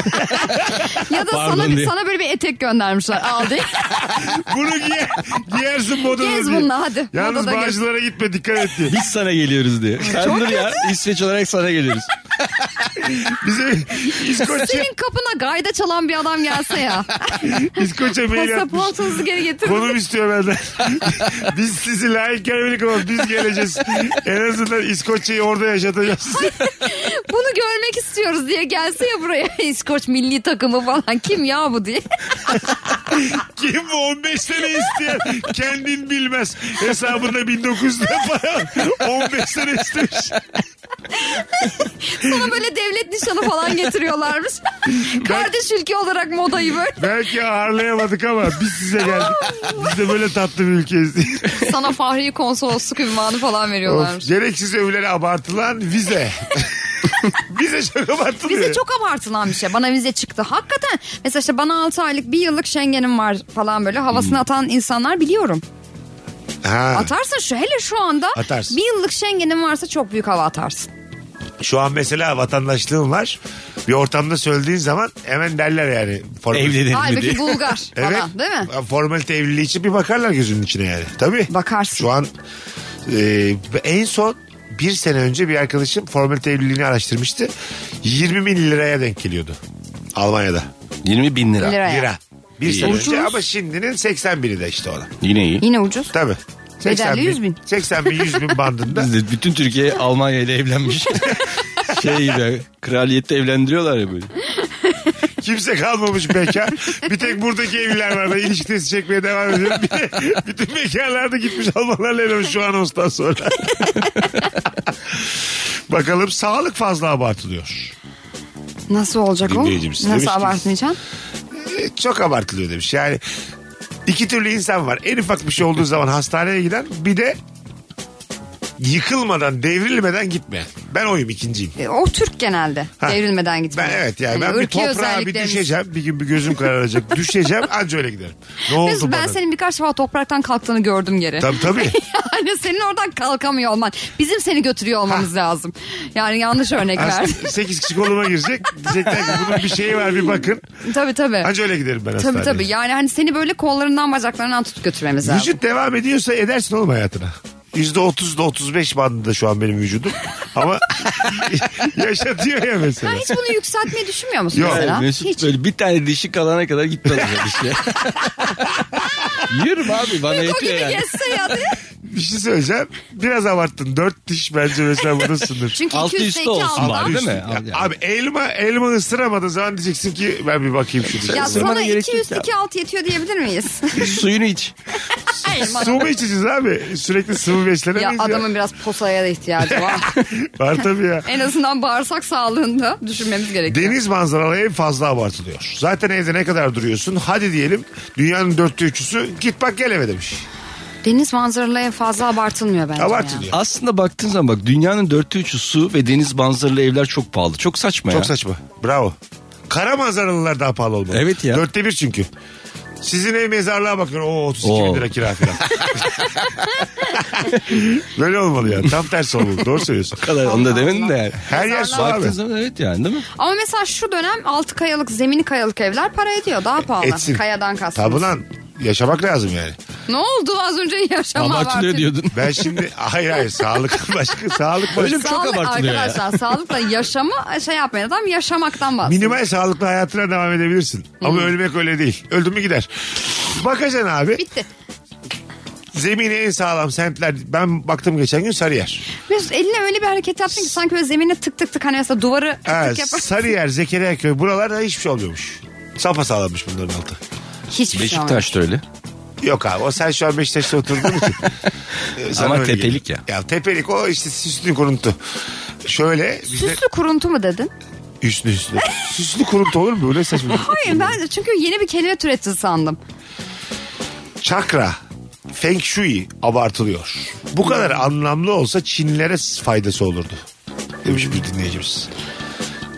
Speaker 4: Ya da
Speaker 5: Pardon
Speaker 4: sana, bir-
Speaker 5: diye.
Speaker 4: sana böyle bir etek göndermişler. Al diye.
Speaker 3: Bunu giyer, giyersin modada
Speaker 4: Gez
Speaker 3: diye.
Speaker 4: bununla hadi.
Speaker 3: Yalnız
Speaker 4: Modada gez.
Speaker 3: bağcılara gitme dikkat et diye.
Speaker 5: Biz sana geliyoruz diye. Sen dur ya İsveç olarak sana geliyoruz.
Speaker 3: Bize İskoçya,
Speaker 4: Senin kapına gayda çalan bir adam gelse ya.
Speaker 3: İskoçya mail atmış.
Speaker 4: Pasaportunuzu geri getirin.
Speaker 3: Konum istiyor benden. biz sizi layık görmedik ama biz geleceğiz. En azından İskoçya'yı orada yaşatacağız.
Speaker 4: Bunu görmek istiyoruz diye gelse ya buraya. İskoç milli takımı falan kim ya bu diye.
Speaker 3: Kim bu 15 sene isteyen kendin bilmez. Hesabında 1900 lira para 15 sene istemiş.
Speaker 4: Sana böyle devlet nişanı falan getiriyorlarmış. Kardeş ülke olarak modayı böyle.
Speaker 3: Belki ağırlayamadık ama biz size geldik. Biz de böyle tatlı bir ülkeyiz.
Speaker 4: Sana Fahri konsolosluk ünvanı falan
Speaker 3: of,
Speaker 4: veriyorlarmış.
Speaker 3: gereksiz övülere abartılan vize. Bize çok abartılıyor.
Speaker 4: Bize çok abartılan bir şey. Bana vize çıktı. Hakikaten. Mesela işte bana 6 aylık bir yıllık Schengen'im var falan böyle havasını atan insanlar biliyorum.
Speaker 3: Hmm. Ha,
Speaker 4: Atarsın şu hele şu anda
Speaker 3: Atarsın.
Speaker 4: bir yıllık Schengen'in varsa çok büyük hava atarsın.
Speaker 3: Şu an mesela vatandaşlığım var. Bir ortamda söylediğin zaman hemen derler yani. Formal-
Speaker 5: Evlenir mi diye.
Speaker 4: Halbuki Bulgar
Speaker 3: Evet.
Speaker 4: falan değil mi?
Speaker 3: Formalite evliliği için bir bakarlar gözünün içine yani. Tabii.
Speaker 4: Bakarsın.
Speaker 3: Şu an e, en son bir sene önce bir arkadaşım formalite evliliğini araştırmıştı. 20 bin liraya denk geliyordu. Almanya'da.
Speaker 5: 20 bin lira.
Speaker 4: Liraya.
Speaker 3: Lira. Bir sene
Speaker 4: Ucuz.
Speaker 3: önce ama şimdinin 80 bini de işte ona.
Speaker 5: Yine iyi.
Speaker 4: Yine ucuz.
Speaker 3: Tabii. 80
Speaker 4: Bedelli 100 bin.
Speaker 3: 80 bin 100 bin bandında.
Speaker 5: Bütün Türkiye Almanya ile evlenmiş. şey gibi kraliyette evlendiriyorlar ya böyle.
Speaker 3: Kimse kalmamış bekar. Bir tek buradaki evliler var da ilişkisi çekmeye devam ediyor. Bir de bütün bekarlar da gitmiş Almanlarla evlenmiş şu anonstan sonra. Bakalım sağlık fazla abartılıyor.
Speaker 4: Nasıl olacak o?
Speaker 3: Dinleyicimiz demiş
Speaker 4: Nasıl
Speaker 3: ki-
Speaker 4: abartmayacaksın?
Speaker 3: E, Çok abartılıyor demiş. Yani iki türlü insan var. En ufak bir şey olduğu zaman hastaneye giden bir de yıkılmadan devrilmeden gitmeyen. Ben oyum ikinciyim.
Speaker 4: E, O Türk genelde.
Speaker 3: Ha.
Speaker 4: Devrilmeden Hani gitmiyor.
Speaker 3: Ben evet yani ben bir toprağa bir düşeceğim. Bir gün bir gözüm kararacak. düşeceğim anca öyle giderim. Ne oldu
Speaker 4: Biz, ben
Speaker 3: bana?
Speaker 4: senin birkaç defa topraktan kalktığını gördüm geri.
Speaker 3: Tabii tabii.
Speaker 4: yani senin oradan kalkamıyor olman. Bizim seni götürüyor olmamız lazım. Yani yanlış örnek verdim.
Speaker 3: 8 kişi koluma girecek. Diyecekler ki bunun bir şeyi var bir bakın.
Speaker 4: tabii tabii.
Speaker 3: Anca öyle giderim ben hastaneye.
Speaker 4: Tabii tabii. Yani hani seni böyle kollarından bacaklarından tutup götürmemiz lazım.
Speaker 3: Vücut devam ediyorsa edersin oğlum hayatına. %30 ile 35 bandında şu an benim vücudum. Ama yaşatıyor ya
Speaker 4: Ha,
Speaker 3: mesela.
Speaker 4: hiç bunu yükseltmeyi düşünmüyor musun
Speaker 3: Yok.
Speaker 4: mesela?
Speaker 5: Mesut
Speaker 4: hiç.
Speaker 5: böyle bir tane dişi kalana kadar gitmez öyle bir şey. Yürüm abi bana
Speaker 4: O gibi
Speaker 5: yetiyor yani.
Speaker 4: gezse ya diye.
Speaker 3: Bir şey söyleyeceğim. Biraz abarttın. 4 diş bence mesela bunun sınır.
Speaker 4: Çünkü
Speaker 5: Altı
Speaker 4: 200
Speaker 5: üstü
Speaker 4: zeki
Speaker 5: olsun
Speaker 4: aldan-
Speaker 5: bari. Değil mi?
Speaker 3: Ya
Speaker 5: Yani.
Speaker 3: Abi elma elma ısıramadığın zaman diyeceksin ki ben bir bakayım şu dişe.
Speaker 4: Ya
Speaker 5: Sırmana
Speaker 4: sana
Speaker 5: gerek yok
Speaker 4: 200
Speaker 5: ya.
Speaker 4: iki alt yetiyor diyebilir miyiz?
Speaker 5: Suyunu iç.
Speaker 3: Su mu içeceğiz abi? Sürekli sıvı
Speaker 4: ya
Speaker 3: beslenemeyiz ya.
Speaker 4: adamın biraz posaya da ihtiyacı var.
Speaker 3: Var tabii ya.
Speaker 4: en azından bağırsak sağlığında düşünmemiz gerekiyor.
Speaker 3: Deniz manzaralı ev fazla abartılıyor. Zaten evde ne kadar duruyorsun? Hadi diyelim dünyanın dörtte üçüsü git bak gel eve demiş.
Speaker 4: Deniz manzaralı en fazla abartılmıyor bence. ya.
Speaker 3: Abartılıyor.
Speaker 5: Aslında baktığın zaman bak dünyanın dörtte üçü su ve deniz manzaralı evler çok pahalı. Çok saçma ya.
Speaker 3: Çok saçma. Bravo. Kara manzaralılar daha pahalı olmalı.
Speaker 5: Evet ya.
Speaker 3: Dörtte bir çünkü. Sizin ev mezarlığa bakın. O 32 bin
Speaker 5: Oo.
Speaker 3: lira kira falan. Böyle olmalı ya. Tam tersi olmalı. Doğru söylüyorsun.
Speaker 5: O kadar onu da demedim de yani.
Speaker 3: Her yer su abi.
Speaker 5: Baktığın zaman evet yani değil mi?
Speaker 4: Ama mesela şu dönem altı kayalık, zemini kayalık evler para ediyor. Daha pahalı.
Speaker 3: Etsin.
Speaker 4: Kayadan kastım.
Speaker 3: Tabi lan. Yaşamak lazım yani.
Speaker 4: Ne oldu az önce yaşama abartılıyor
Speaker 5: diyordun.
Speaker 3: Ben şimdi hayır hayır sağlık başka sağlık başka.
Speaker 5: Hocam çok abartılıyor ya.
Speaker 4: Arkadaşlar sağlıkla yaşamı şey yapmayın adam yaşamaktan bahsediyor.
Speaker 3: Minimal sağlıklı hayatına devam edebilirsin. Ama ölmek öyle değil. Öldün mü gider. Bakacaksın abi.
Speaker 4: Hmm. Bitti.
Speaker 3: Zemini en sağlam semtler. Ben baktım geçen gün Sarıyer.
Speaker 4: Mesut eline öyle bir hareket yaptın ki sanki böyle zemine tık tık tık hani mesela duvarı tık
Speaker 3: Ha,
Speaker 4: tık yapar.
Speaker 3: Sarıyer, Zekeriyaköy buralarda hiçbir şey olmuyormuş. Sapa sağlamış bunların altı.
Speaker 4: Hiçbir şey olmadı.
Speaker 5: Beşiktaş da öyle.
Speaker 3: Yok abi o sen şu an Beşiktaş'ta oturduğun için. Ee, sana
Speaker 5: Ama
Speaker 3: öyle
Speaker 5: tepelik
Speaker 3: geliyor. Ya tepelik o işte süslü kuruntu. Şöyle bizde
Speaker 4: Süslü kuruntu mu dedin?
Speaker 3: üslü üslü. süslü kuruntu olur mu? Öyle saçma.
Speaker 4: Hayır ben çünkü yeni bir kelime türetti sandım.
Speaker 3: Çakra. Feng Shui abartılıyor. Bu kadar anlamlı olsa Çinlilere faydası olurdu. Demiş bir dinleyicimiz.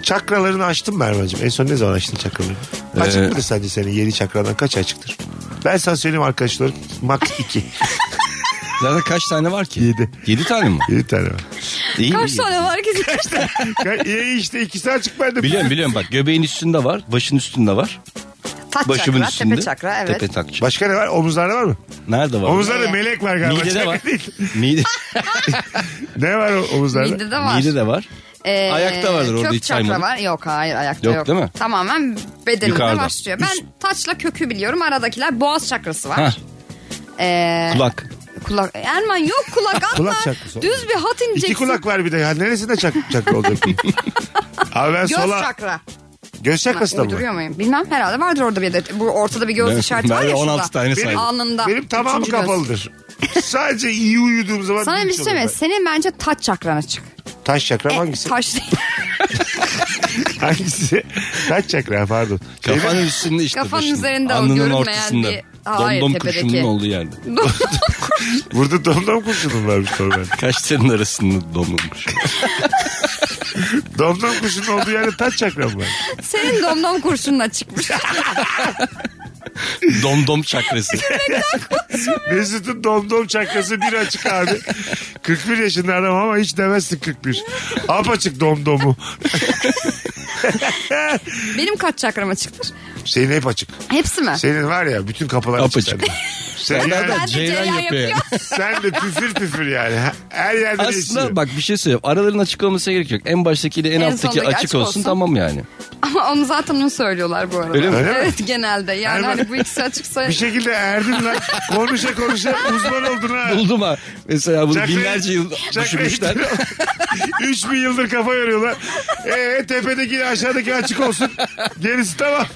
Speaker 3: Çakralarını açtın mı Erman'cığım? En son ne zaman açtın çakralarını? Açık
Speaker 5: Ee,
Speaker 3: mıdır sence senin yeni çakradan kaç açıktır? Ben sana söyleyeyim arkadaşlar. Max 2.
Speaker 5: Zaten kaç tane var ki?
Speaker 3: Yedi.
Speaker 5: Yedi tane mi?
Speaker 3: 7 tane var.
Speaker 5: İyi
Speaker 4: Kaç
Speaker 5: iyi.
Speaker 4: tane var ki? Kaç tane?
Speaker 3: Ya İyi işte ikisi açık ben de.
Speaker 5: Biliyorum biliyorum bak göbeğin üstünde var, başın üstünde var,
Speaker 4: Taç
Speaker 5: başımın
Speaker 4: çakra,
Speaker 5: üstünde.
Speaker 4: tepe çakra evet.
Speaker 5: Tepe takça.
Speaker 3: Başka ne var? Omuzlarda var mı?
Speaker 5: Nerede var?
Speaker 3: Omuzlarda
Speaker 4: Nereye?
Speaker 3: melek var galiba.
Speaker 5: Midede
Speaker 3: Çakra
Speaker 5: var.
Speaker 3: değil.
Speaker 5: Mide,
Speaker 3: Ne var o- omuzlarda?
Speaker 4: Midede var.
Speaker 5: mide de var.
Speaker 4: Ee,
Speaker 5: Ayakta vardır orada
Speaker 4: kök
Speaker 5: hiç
Speaker 4: çakra
Speaker 5: saymadık.
Speaker 4: var. Yok hayır ayakta yok.
Speaker 5: Yok, değil mi?
Speaker 4: Tamamen bedeninde
Speaker 5: Yukarıda.
Speaker 4: başlıyor. Ben taçla kökü biliyorum. Aradakiler boğaz çakrası var.
Speaker 5: Ha,
Speaker 4: Ee,
Speaker 5: kulak.
Speaker 4: kulak. Erman yok kulak atma.
Speaker 3: Kulak çakrası.
Speaker 4: Düz bir hat ineceksin.
Speaker 3: İki kulak var bir de. Ya neresinde çak, çakra olacak? Abi ben
Speaker 4: Göz
Speaker 3: sola...
Speaker 4: çakra.
Speaker 3: Göz çakrası da mı? var?
Speaker 4: Uyduruyor muyum? Bilmem herhalde vardır orada bir de. Bu ortada bir göz
Speaker 5: Ben-
Speaker 4: işareti
Speaker 5: ben
Speaker 4: var
Speaker 5: de
Speaker 4: ya
Speaker 5: 16
Speaker 4: şurada.
Speaker 5: tane
Speaker 4: Benim
Speaker 5: saydım.
Speaker 4: Alnında.
Speaker 3: Benim tamamı
Speaker 4: Üçüncü göz.
Speaker 3: kapalıdır. Sadece iyi uyuduğum zaman...
Speaker 4: Sana bir
Speaker 3: dinç
Speaker 4: şey
Speaker 3: olurum
Speaker 4: söyleyeyim. mi?
Speaker 3: ben.
Speaker 4: Senin bence taç çakran açık.
Speaker 3: Taş çakra
Speaker 4: E,
Speaker 3: hangisi?
Speaker 4: taç değil.
Speaker 3: Hangisi? Taş çakra pardon. Benim-
Speaker 5: Kafanın üstünde işte.
Speaker 4: Kafanın
Speaker 5: başın.
Speaker 4: üzerinde o
Speaker 5: Alnının
Speaker 4: görünmeyen
Speaker 5: ortasında.
Speaker 4: bir- Hayır,
Speaker 5: Domdom
Speaker 4: tepedeki.
Speaker 5: kurşunun olduğu yerde.
Speaker 3: Burada domdom kurşunum varmış normalde.
Speaker 5: Kaşların arasında domdom kurşunu.
Speaker 3: Domdom kuşunun olduğu yerde taç çakram var.
Speaker 4: Senin domdom kurşunla çıkmış.
Speaker 5: Domdom çakrası.
Speaker 3: Mesut'un domdom çakrası bir açık abi. 41 yaşında adam ama hiç demezsin 41. Apaçık domdomu.
Speaker 4: Benim kaç çakrama çıktır?
Speaker 3: Senin hep açık.
Speaker 4: Hepsi mi?
Speaker 3: Senin var ya bütün kapılar
Speaker 5: Apaçık.
Speaker 3: açık. Sen, sen,
Speaker 4: Ben
Speaker 3: yani,
Speaker 4: de Ceylan yapıyor.
Speaker 3: sen de püfür püfür yani. Her yerde
Speaker 5: Aslında
Speaker 3: değişiyor.
Speaker 5: bak bir şey söyleyeyim. Araların açık olmasına gerek yok. En baştakiyle en,
Speaker 4: En
Speaker 5: alttaki
Speaker 4: sondaki
Speaker 5: açık,
Speaker 4: açık
Speaker 5: olsun,
Speaker 4: olsun.
Speaker 5: tamam yani.
Speaker 4: Ama onu zaten onu söylüyorlar bu arada.
Speaker 5: Öyle mi?
Speaker 3: Öyle mi?
Speaker 4: evet genelde. Yani
Speaker 3: Öyle mi?
Speaker 4: hani bu ikisi açıksa
Speaker 3: Bir şey- şekilde erdin lan. Konuşa konuşa uzman oldun ha.
Speaker 5: Buldum ha. Mesela bunu
Speaker 3: Çakrayı-
Speaker 5: binlerce yıl
Speaker 3: Çakrayı-
Speaker 5: düşünmüşler.
Speaker 3: Üç bin yıldır kafa yoruyorlar. Ee, tepedeki aşağıdaki açık olsun. Gerisi tamam.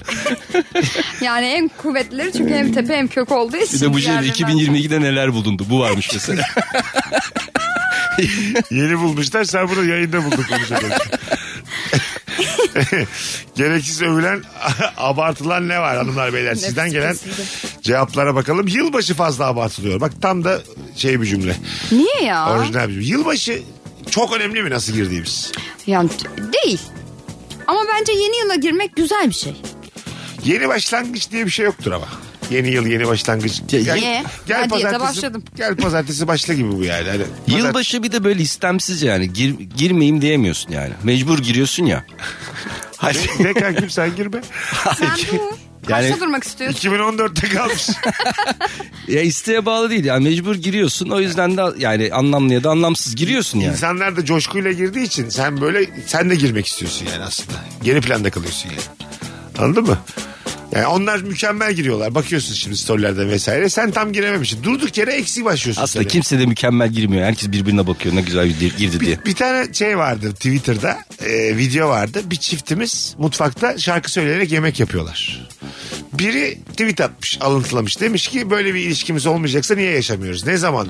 Speaker 4: yani en kuvvetlileri çünkü hem tepe hem kök olduğu için.
Speaker 5: Bir de bu yıl
Speaker 4: diğerlerinden-
Speaker 5: 2022'de neler bulundu? Bu varmış mesela.
Speaker 3: Yeni bulmuşlar. Sen bunu yayında buldun konuşa konuşa. Gereksiz övülen, abartılan ne var hanımlar beyler? Sizden gelen cevaplara bakalım. Yılbaşı fazla abartılıyor. Bak tam da şey bir cümle.
Speaker 4: Niye ya?
Speaker 3: Orijinal bir cümle. Yılbaşı çok önemli mi nasıl girdiğimiz?
Speaker 4: Yani t- değil. Ama bence yeni yıla girmek güzel bir şey.
Speaker 3: Yeni başlangıç diye bir şey yoktur ama. Yeni yıl yeni başlangıç.
Speaker 4: Niye? Ben diyete başladım.
Speaker 3: Gel pazartesi başla gibi bu yani. Hani pazar-
Speaker 5: Yılbaşı bir de böyle istemsiz yani. Gir, girmeyeyim diyemiyorsun yani. Mecbur giriyorsun ya. Hayır.
Speaker 3: Ne, ne kankim sen girme.
Speaker 4: Sen bu. Kaçta
Speaker 5: Yani-
Speaker 4: durmak istiyorsun?
Speaker 3: 2014'te kalmış.
Speaker 5: ya isteğe bağlı değil yani mecbur giriyorsun. O yüzden de yani anlamlı ya da anlamsız giriyorsun yani.
Speaker 3: İnsanlar da coşkuyla girdiği için sen böyle sen de girmek istiyorsun yani aslında. Geri planda kalıyorsun yani. Anladın mı? Yani onlar mükemmel giriyorlar. Bakıyorsun şimdi storylerde vesaire. Sen tam girememişsin. Durduk yere eksi başlıyorsun.
Speaker 5: Aslında
Speaker 3: sene.
Speaker 5: kimse de mükemmel girmiyor. Herkes birbirine bakıyor ne güzel gir- girdi diye.
Speaker 3: Bir tane şey vardı Twitter'da e, video vardı. Bir çiftimiz mutfakta şarkı söyleyerek yemek yapıyorlar. Biri tweet atmış alıntılamış demiş ki böyle bir ilişkimiz olmayacaksa niye yaşamıyoruz? Ne zaman?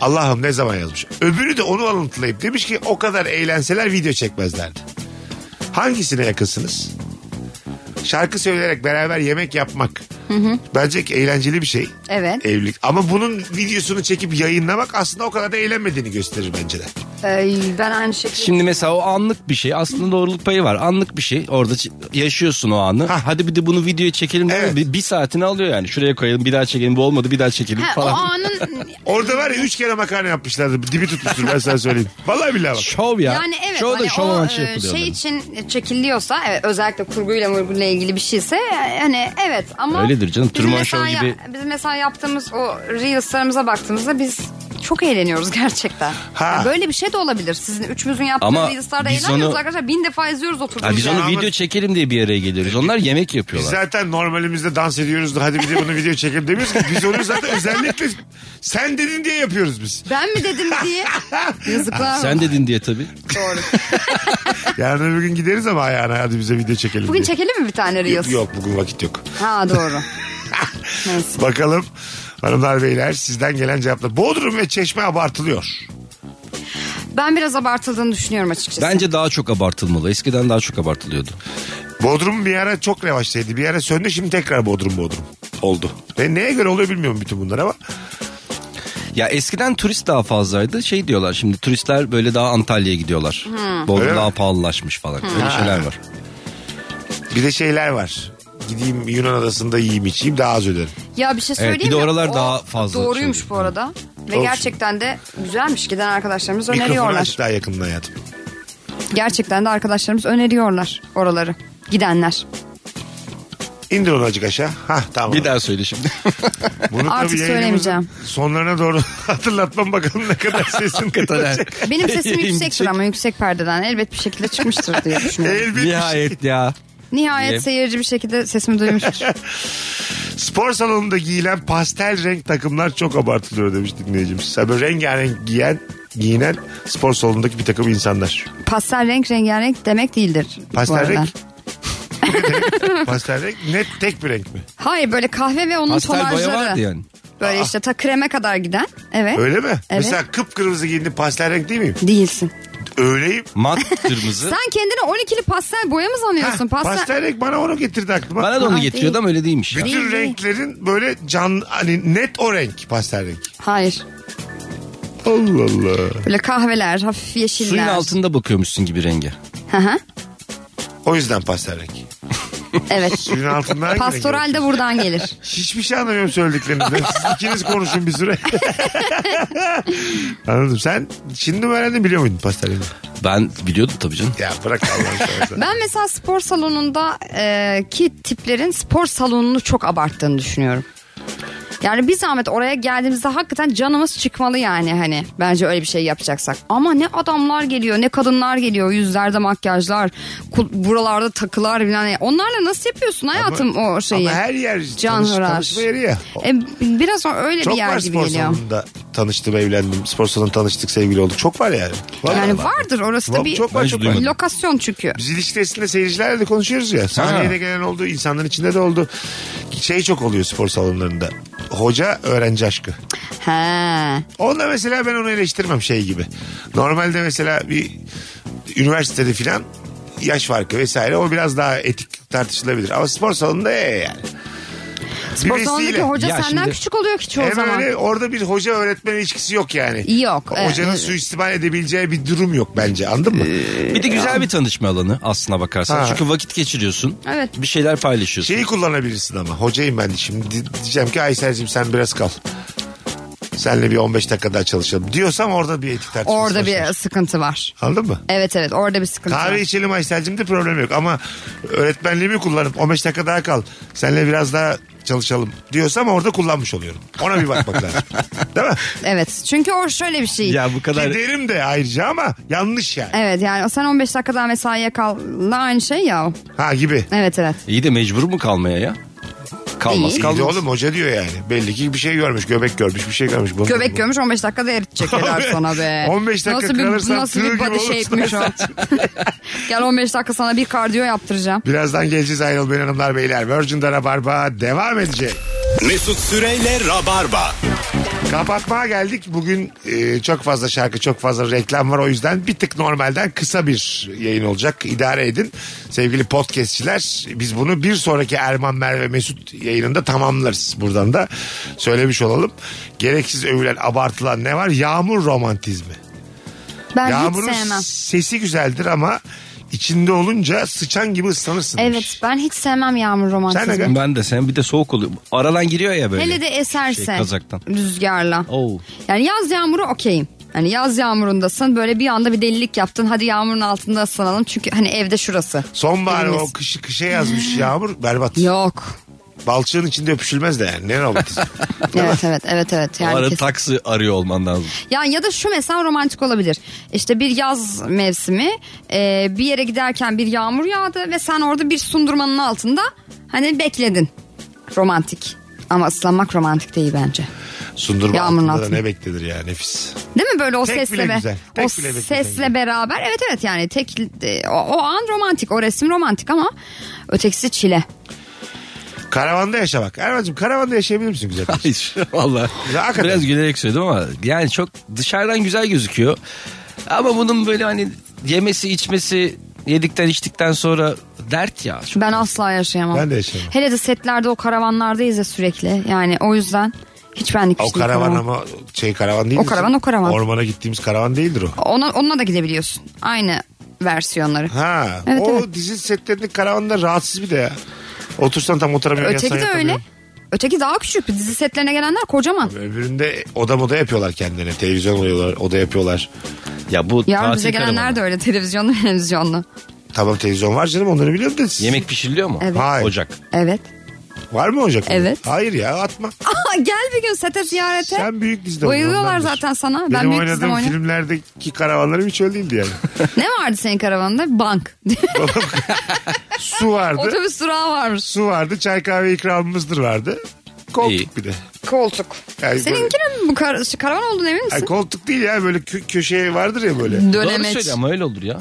Speaker 3: Allah'ım ne zaman yazmış. Öbürü de onu alıntılayıp demiş ki o kadar eğlenseler video çekmezlerdi. Hangisine yakınsınız? Şarkı söyleyerek beraber yemek yapmak. Bence eğlenceli bir şey.
Speaker 4: Evet.
Speaker 3: Evlilik. Ama bunun videosunu çekip yayınlamak aslında o kadar da eğlenmediğini gösterir bence de.
Speaker 4: Ay, ben aynı şekilde.
Speaker 5: Şimdi mesela o anlık bir şey aslında doğruluk payı var. Anlık bir şey orada ç- yaşıyorsun o anı.
Speaker 3: Hah.
Speaker 5: Hadi bir de bunu videoya çekelim değil mi?
Speaker 3: Evet.
Speaker 5: Bir, bir saatini alıyor yani. Şuraya koyalım bir daha çekelim bu olmadı bir daha çekelim
Speaker 4: Ha, o
Speaker 5: falan.
Speaker 4: anın
Speaker 3: Orada var ya 3 kere makarna yapmışlardı. Dibi tutmuştur ben sana söyleyeyim. Vallahi billahi bak.
Speaker 5: Şov ya.
Speaker 4: Yani evet
Speaker 5: Şov da
Speaker 4: hani
Speaker 5: şov
Speaker 4: o
Speaker 5: olan
Speaker 4: e,
Speaker 5: şey
Speaker 4: şey,
Speaker 5: yapılıyor. orada.
Speaker 4: için çekiliyorsa evet, özellikle kurguyla murguyla ilgili bir şeyse e, hani evet ama
Speaker 5: Öyledir canım,
Speaker 4: bizim
Speaker 5: Truman
Speaker 4: mesela
Speaker 5: Show gibi.
Speaker 4: ya- Bizim mesela yaptığımız o Reels'larımıza baktığımızda biz çok eğleniyoruz gerçekten.
Speaker 3: Ha.
Speaker 4: Yani böyle bir şey de olabilir. Sizin üçümüzün yaptığı
Speaker 5: Ama
Speaker 4: Reels'larda
Speaker 5: biz
Speaker 4: eğleniyoruz
Speaker 5: onu-
Speaker 4: arkadaşlar. Bin defa izliyoruz oturduğumuz
Speaker 5: Ha, biz
Speaker 4: yerde.
Speaker 5: onu video çekelim diye bir araya geliyoruz. Onlar yemek
Speaker 3: Biz
Speaker 5: yapıyorlar.
Speaker 3: zaten normalimizde dans ediyoruz da hadi bir de bunu video çekelim demiyoruz ki. Biz onu zaten özellikle sen dedin diye yapıyoruz biz.
Speaker 4: Ben mi dedim diye. Yazıklar. olsun.
Speaker 5: Sen dedin diye tabii.
Speaker 3: Yarın öbür gün gideriz ama ayağına hadi bize video çekelim
Speaker 4: Bugün
Speaker 3: diye.
Speaker 4: çekelim mi bir tane Reels?
Speaker 3: Yok, yok bugün vakit yok.
Speaker 4: Ha doğru. Neyse.
Speaker 3: Bakalım hanımlar beyler sizden gelen cevaplar. Bodrum ve Çeşme abartılıyor.
Speaker 4: Ben biraz abartıldığını düşünüyorum açıkçası.
Speaker 5: Bence daha çok abartılmalı. Eskiden daha çok abartılıyordu.
Speaker 3: Bodrum bir ara çok revaçtaydı. Bir ara söndü şimdi tekrar Bodrum Bodrum oldu. Ve neye göre oluyor bilmiyorum bütün bunlar ama.
Speaker 5: Ya eskiden turist daha fazlaydı. Şey diyorlar şimdi turistler böyle daha Antalya'ya gidiyorlar.
Speaker 4: Hmm.
Speaker 5: Bodrum
Speaker 3: Öyle mi?
Speaker 5: daha pahalılaşmış falan. Öyle şeyler var.
Speaker 3: Bir de şeyler var. Gideyim Yunan adasında yiyeyim içeyim daha az öderim.
Speaker 4: Ya bir şey
Speaker 5: Evet,
Speaker 4: söyleyeyim
Speaker 5: bir de
Speaker 4: mi?
Speaker 5: oralar
Speaker 4: O
Speaker 5: daha fazla
Speaker 4: Doğruymuş
Speaker 5: şey.
Speaker 4: bu arada. Ve
Speaker 3: Olsun.
Speaker 4: gerçekten de güzelmiş. Giden arkadaşlarımız
Speaker 3: Mikrofonu
Speaker 4: öneriyorlar.
Speaker 3: aç daha yakından hayatım.
Speaker 4: Gerçekten de arkadaşlarımız öneriyorlar oraları. Gidenler.
Speaker 3: İndir onu azıcık aşağı. Hah tamam.
Speaker 5: Bir daha söyle şimdi.
Speaker 3: Bunu tabii
Speaker 4: Artık
Speaker 3: yayınımızın
Speaker 4: söylemeyeceğim.
Speaker 3: Sonlarına doğru hatırlatmam bakalım ne kadar sesim duyulacak.
Speaker 4: Benim sesim yüksektir
Speaker 5: Yüksek.
Speaker 4: ama yüksek perdeden elbet bir şekilde çıkmıştır diye düşünüyorum.
Speaker 3: Elbet bir şey.
Speaker 5: Nihayet ya.
Speaker 4: Nihayet seyirci bir şekilde sesimi duymuştur.
Speaker 3: Spor salonunda giyilen pastel renk takımlar çok abartılıyor demiş dinleyicimiz. Sen böyle rengarenk giyen giyinen spor salonundaki bir takım insanlar.
Speaker 4: Pastel renk rengarenk demek değildir. bu
Speaker 3: Pastel
Speaker 4: arada.
Speaker 3: renk? Pastel renk net tek bir renk mi?
Speaker 4: Hayır böyle kahve ve onun
Speaker 5: Pastel boya
Speaker 4: tonajları.
Speaker 5: vardı Ah. yani.
Speaker 4: Böyle işte ta kreme kadar giden. Evet.
Speaker 3: Öyle mi?
Speaker 4: Evet.
Speaker 3: Mesela kıpkırmızı giyindi pastel renk değil miyim?
Speaker 4: Değilsin.
Speaker 3: Öyleyim.
Speaker 5: Mat kırmızı.
Speaker 4: Sen kendine 12'li pastel boya mı
Speaker 3: Hah,
Speaker 4: sanıyorsun?
Speaker 3: pastel... renk bana onu getirdi aklıma.
Speaker 5: Bana da
Speaker 4: Aa,
Speaker 5: onu getiriyordu
Speaker 4: değil.
Speaker 5: ama öyle değilmiş ya.
Speaker 3: Bütün
Speaker 4: Değil, değil.
Speaker 3: renklerin böyle can hani net o renk pastel renk.
Speaker 4: Hayır.
Speaker 3: Allah Allah.
Speaker 4: Böyle kahveler, hafif yeşiller.
Speaker 5: Suyun altında bakıyormuşsun gibi rengi.
Speaker 4: Hı hı.
Speaker 3: O yüzden pastel renk.
Speaker 4: Evet.
Speaker 3: Suyun altından hangi renk
Speaker 4: Pastoral de buradan gelir.
Speaker 3: Hiçbir şey anlamıyorum söylediklerinizden. Siz ikiniz konuşun bir süre. Anladım. Sen şimdi mi öğrendin biliyor muydun pastel rengi?
Speaker 5: Ben biliyordum tabii canım.
Speaker 3: Ya bırak Allah'ını seversen.
Speaker 4: Ben mesela spor salonunda e, ki tiplerin spor salonunu çok abarttığını düşünüyorum. Yani bir zahmet oraya geldiğimizde hakikaten canımız çıkmalı yani hani bence öyle bir şey yapacaksak. Ama ne adamlar geliyor ne kadınlar geliyor yüzlerde makyajlar kul- buralarda takılar bilen onlarla nasıl yapıyorsun hayatım o şeyi?
Speaker 3: Ama her yer
Speaker 4: şey, Can
Speaker 3: tanış,
Speaker 4: Hırar.
Speaker 3: tanışma yeri ya.
Speaker 4: E, biraz öyle
Speaker 3: Çok
Speaker 4: bir yer
Speaker 3: var
Speaker 4: gibi
Speaker 3: spor
Speaker 4: geliyor.
Speaker 3: salonunda tanıştım evlendim. Spor salonunda tanıştık sevgili olduk. Çok var yani. Var
Speaker 4: Yani
Speaker 3: var.
Speaker 4: vardır orası da
Speaker 3: Var,
Speaker 4: bir
Speaker 3: çok var,
Speaker 5: Bence
Speaker 3: çok var.
Speaker 5: duymadım.
Speaker 4: lokasyon çünkü.
Speaker 3: Biz ilişkisinde seyircilerle de konuşuyoruz ya. Sahneye
Speaker 5: Ha.
Speaker 3: de gelen oldu, insanların içinde de oldu. Şey çok oluyor spor salonlarında. Hoca öğrenci aşkı.
Speaker 4: He.
Speaker 3: Onda mesela ben onu eleştirmem şey gibi. Normalde mesela bir üniversitede filan yaş farkı vesaire o biraz daha etik tartışılabilir. Ama spor salonunda ee yani.
Speaker 4: Spor
Speaker 3: Birisiyle-
Speaker 4: salonundaki hoca
Speaker 5: Ya
Speaker 4: senden
Speaker 5: şimdi-
Speaker 4: küçük oluyor ki çoğu
Speaker 3: Hem
Speaker 4: zaman.
Speaker 3: öyle orada bir hoca öğretmen ilişkisi yok yani.
Speaker 4: Yok, e, evet. Ee,
Speaker 3: Hocanın suistimal edebileceği bir durum yok bence anladın mı?
Speaker 5: Bir de güzel bir tanışma alanı aslına bakarsan.
Speaker 3: Ha.
Speaker 5: Çünkü vakit geçiriyorsun.
Speaker 4: Evet.
Speaker 5: Bir şeyler paylaşıyorsun.
Speaker 3: Şeyi kullanabilirsin ama hocayım ben de şimdi Di- diyeceğim ki Aysel'cim sen biraz kal. Senle bir 15 dakika daha çalışalım diyorsam orada bir etik tartışması
Speaker 4: Orada bir
Speaker 3: başlar.
Speaker 4: sıkıntı var.
Speaker 3: Anladın mı?
Speaker 4: Evet evet orada bir sıkıntı
Speaker 3: Kahve
Speaker 4: var.
Speaker 3: içelim Aysel'cim de problem yok ama öğretmenliğimi kullanıp 15 dakika daha kal. Seninle biraz daha çalışalım diyorsam orada kullanmış oluyorum. Ona bir bakmak lazım. Değil mi?
Speaker 4: Evet çünkü o şöyle bir şey.
Speaker 5: Ya bu kadar
Speaker 3: Giderim de ayrıca ama yanlış yani.
Speaker 4: Evet yani sen 15 dakika daha mesaiye kalla aynı şey ya. o.
Speaker 3: Ha gibi.
Speaker 4: Evet evet.
Speaker 5: iyi de mecbur mu kalmaya ya? Kalmaz
Speaker 4: İyi.
Speaker 3: İyi de
Speaker 5: kalmaz.
Speaker 3: oğlum hoca diyor yani. Belli ki bir şey görmüş. Göbek görmüş. Bir şey görmüş. Bunu-
Speaker 4: Göbek görmüş 15 dakikada eritecekler sonra be.
Speaker 3: 15 dakika
Speaker 4: nasıl bir,
Speaker 3: kalırsan
Speaker 4: nasıl
Speaker 3: tığ
Speaker 4: bir
Speaker 3: gibi
Speaker 4: body
Speaker 3: olursun.
Speaker 4: shape'miş o. Gel 15 dakika sana bir kardiyo yaptıracağım.
Speaker 3: Birazdan geleceğiz ayrılmayın hanımlar beyler. Virgin'de Rabarba devam edecek.
Speaker 2: Mesut Süreyle Rabarba.
Speaker 3: Kapatmaya geldik. Bugün e, çok fazla şarkı, çok fazla reklam var. O yüzden bir tık normalden kısa bir yayın olacak. İdare edin. Sevgili podcastçiler biz bunu bir sonraki Erman Merve Mesut yayınında tamamlarız. Buradan da söylemiş olalım. Gereksiz övülen, abartılan ne var? Yağmur romantizmi.
Speaker 4: Ben
Speaker 3: Yağmurun
Speaker 4: hiç sevmem.
Speaker 3: sesi güzeldir ama içinde olunca sıçan gibi ıslanırsın. demiş.
Speaker 4: Evet ben hiç sevmem yağmur
Speaker 3: Sen
Speaker 4: romantizmi.
Speaker 3: de-
Speaker 5: Ben de sen bir de soğuk oluyor. Aradan giriyor ya böyle.
Speaker 4: Hele de Oh. eserse
Speaker 5: Şey, kazaktan.
Speaker 4: rüzgarla.
Speaker 5: Oo.
Speaker 4: Yani yaz yağmuru okeyim. Hani yaz yağmurundasın böyle bir anda bir delilik yaptın. Hadi yağmurun altında ıslanalım çünkü hani evde şurası.
Speaker 3: Sonbahar
Speaker 4: Elimiz.
Speaker 3: o kışı kışa yazmış yağmur berbat.
Speaker 4: Yok.
Speaker 3: Balçığın içinde öpüşülmez de yani. Ne romantizmi?
Speaker 4: Evet evet evet evet. Yani
Speaker 5: o ara
Speaker 4: kesin.
Speaker 5: taksi arıyor olman lazım.
Speaker 4: Ya ya da şu mesela romantik olabilir. İşte bir yaz mevsimi e, bir yere giderken bir yağmur yağdı ve sen orada bir sundurmanın altında hani bekledin. Romantik. Ama ıslanmak romantik değil bence.
Speaker 3: Sundurma
Speaker 4: Yağmurun
Speaker 3: altında da
Speaker 4: altında.
Speaker 3: ne beklenir ya nefis.
Speaker 4: Değil mi böyle o
Speaker 3: Tek
Speaker 4: sesle
Speaker 3: bile
Speaker 4: be-
Speaker 3: güzel. Tek
Speaker 4: o
Speaker 3: bile güzel.
Speaker 4: sesle beraber evet evet yani tek e, o, o an romantik o resim romantik ama ötekisi çile.
Speaker 3: Karavanda yaşa bak. Erman'cığım karavanda yaşayabilir misin güzel? kız?
Speaker 5: Hayır valla.
Speaker 3: Ya hakikaten.
Speaker 5: Biraz gülerek söyledim ama yani çok dışarıdan güzel gözüküyor. Ama bunun böyle hani yemesi içmesi yedikten içtikten sonra dert ya. Çok-
Speaker 4: Ben asla yaşayamam.
Speaker 3: Ben de yaşayamam.
Speaker 4: Hele de setlerde o karavanlardayız ya sürekli. Yani o yüzden hiç benlik
Speaker 3: o
Speaker 4: iş değil
Speaker 3: karavan ama şey karavan değil
Speaker 4: O
Speaker 3: misin?
Speaker 4: karavan, o karavan.
Speaker 3: Ormana gittiğimiz karavan değildir o.
Speaker 4: Ona, onunla da gidebiliyorsun. Aynı versiyonları.
Speaker 3: Ha.
Speaker 4: Evet,
Speaker 3: o
Speaker 4: evet.
Speaker 3: dizi setlerindeki karavanda rahatsız bir de ya. Otursan tam oturamıyorsun.
Speaker 4: Öteki de
Speaker 3: yatsan
Speaker 4: öyle.
Speaker 3: yatamıyorsun.
Speaker 4: Öteki daha küçük. Dizi setlerine gelenler kocaman.
Speaker 3: Öbüründe oda moda yapıyorlar kendine. Televizyon oluyorlar, oda yapıyorlar.
Speaker 5: Ya bu
Speaker 4: Ya
Speaker 5: tatil
Speaker 4: bize gelenler
Speaker 5: karavanı.
Speaker 4: de öyle. Televizyonlu televizyonlu.
Speaker 3: Tamam televizyon var canım onları biliyorum da. siz-
Speaker 5: Yemek pişiriliyor mu?
Speaker 4: Evet.
Speaker 3: Hayır.
Speaker 5: Ocak.
Speaker 4: Evet.
Speaker 3: Var mı ocak?
Speaker 4: Evet.
Speaker 3: Hayır ya atma.
Speaker 4: Aa, gel bir gün sete ziyarete.
Speaker 3: Sen büyük dizide
Speaker 4: Bayılıyorlar
Speaker 3: oynadın, ondandır.
Speaker 4: zaten sana. Ben
Speaker 3: şey. Benim
Speaker 4: büyük dizide
Speaker 3: oynadığım
Speaker 4: oynadım.
Speaker 3: filmlerdeki karavanlarım hiç öyle değildi yani.
Speaker 4: Ne vardı senin karavanında? Bank.
Speaker 3: Su vardı.
Speaker 4: Otobüs durağı varmış.
Speaker 3: Su vardı. Çay kahve ikramımızdır vardı. Koltuk
Speaker 5: İyi.
Speaker 3: bir de.
Speaker 4: Koltuk.
Speaker 3: Yani böyle-
Speaker 4: Seninkinin bu kar- şu karavan olduğunu emin
Speaker 3: Ay,
Speaker 4: misin?
Speaker 3: koltuk değil ya böyle kö- köşeye vardır ya
Speaker 4: Hmm.
Speaker 3: böyle.
Speaker 5: Doğru
Speaker 4: Dönemeç.
Speaker 5: söyle ama öyle olur ya.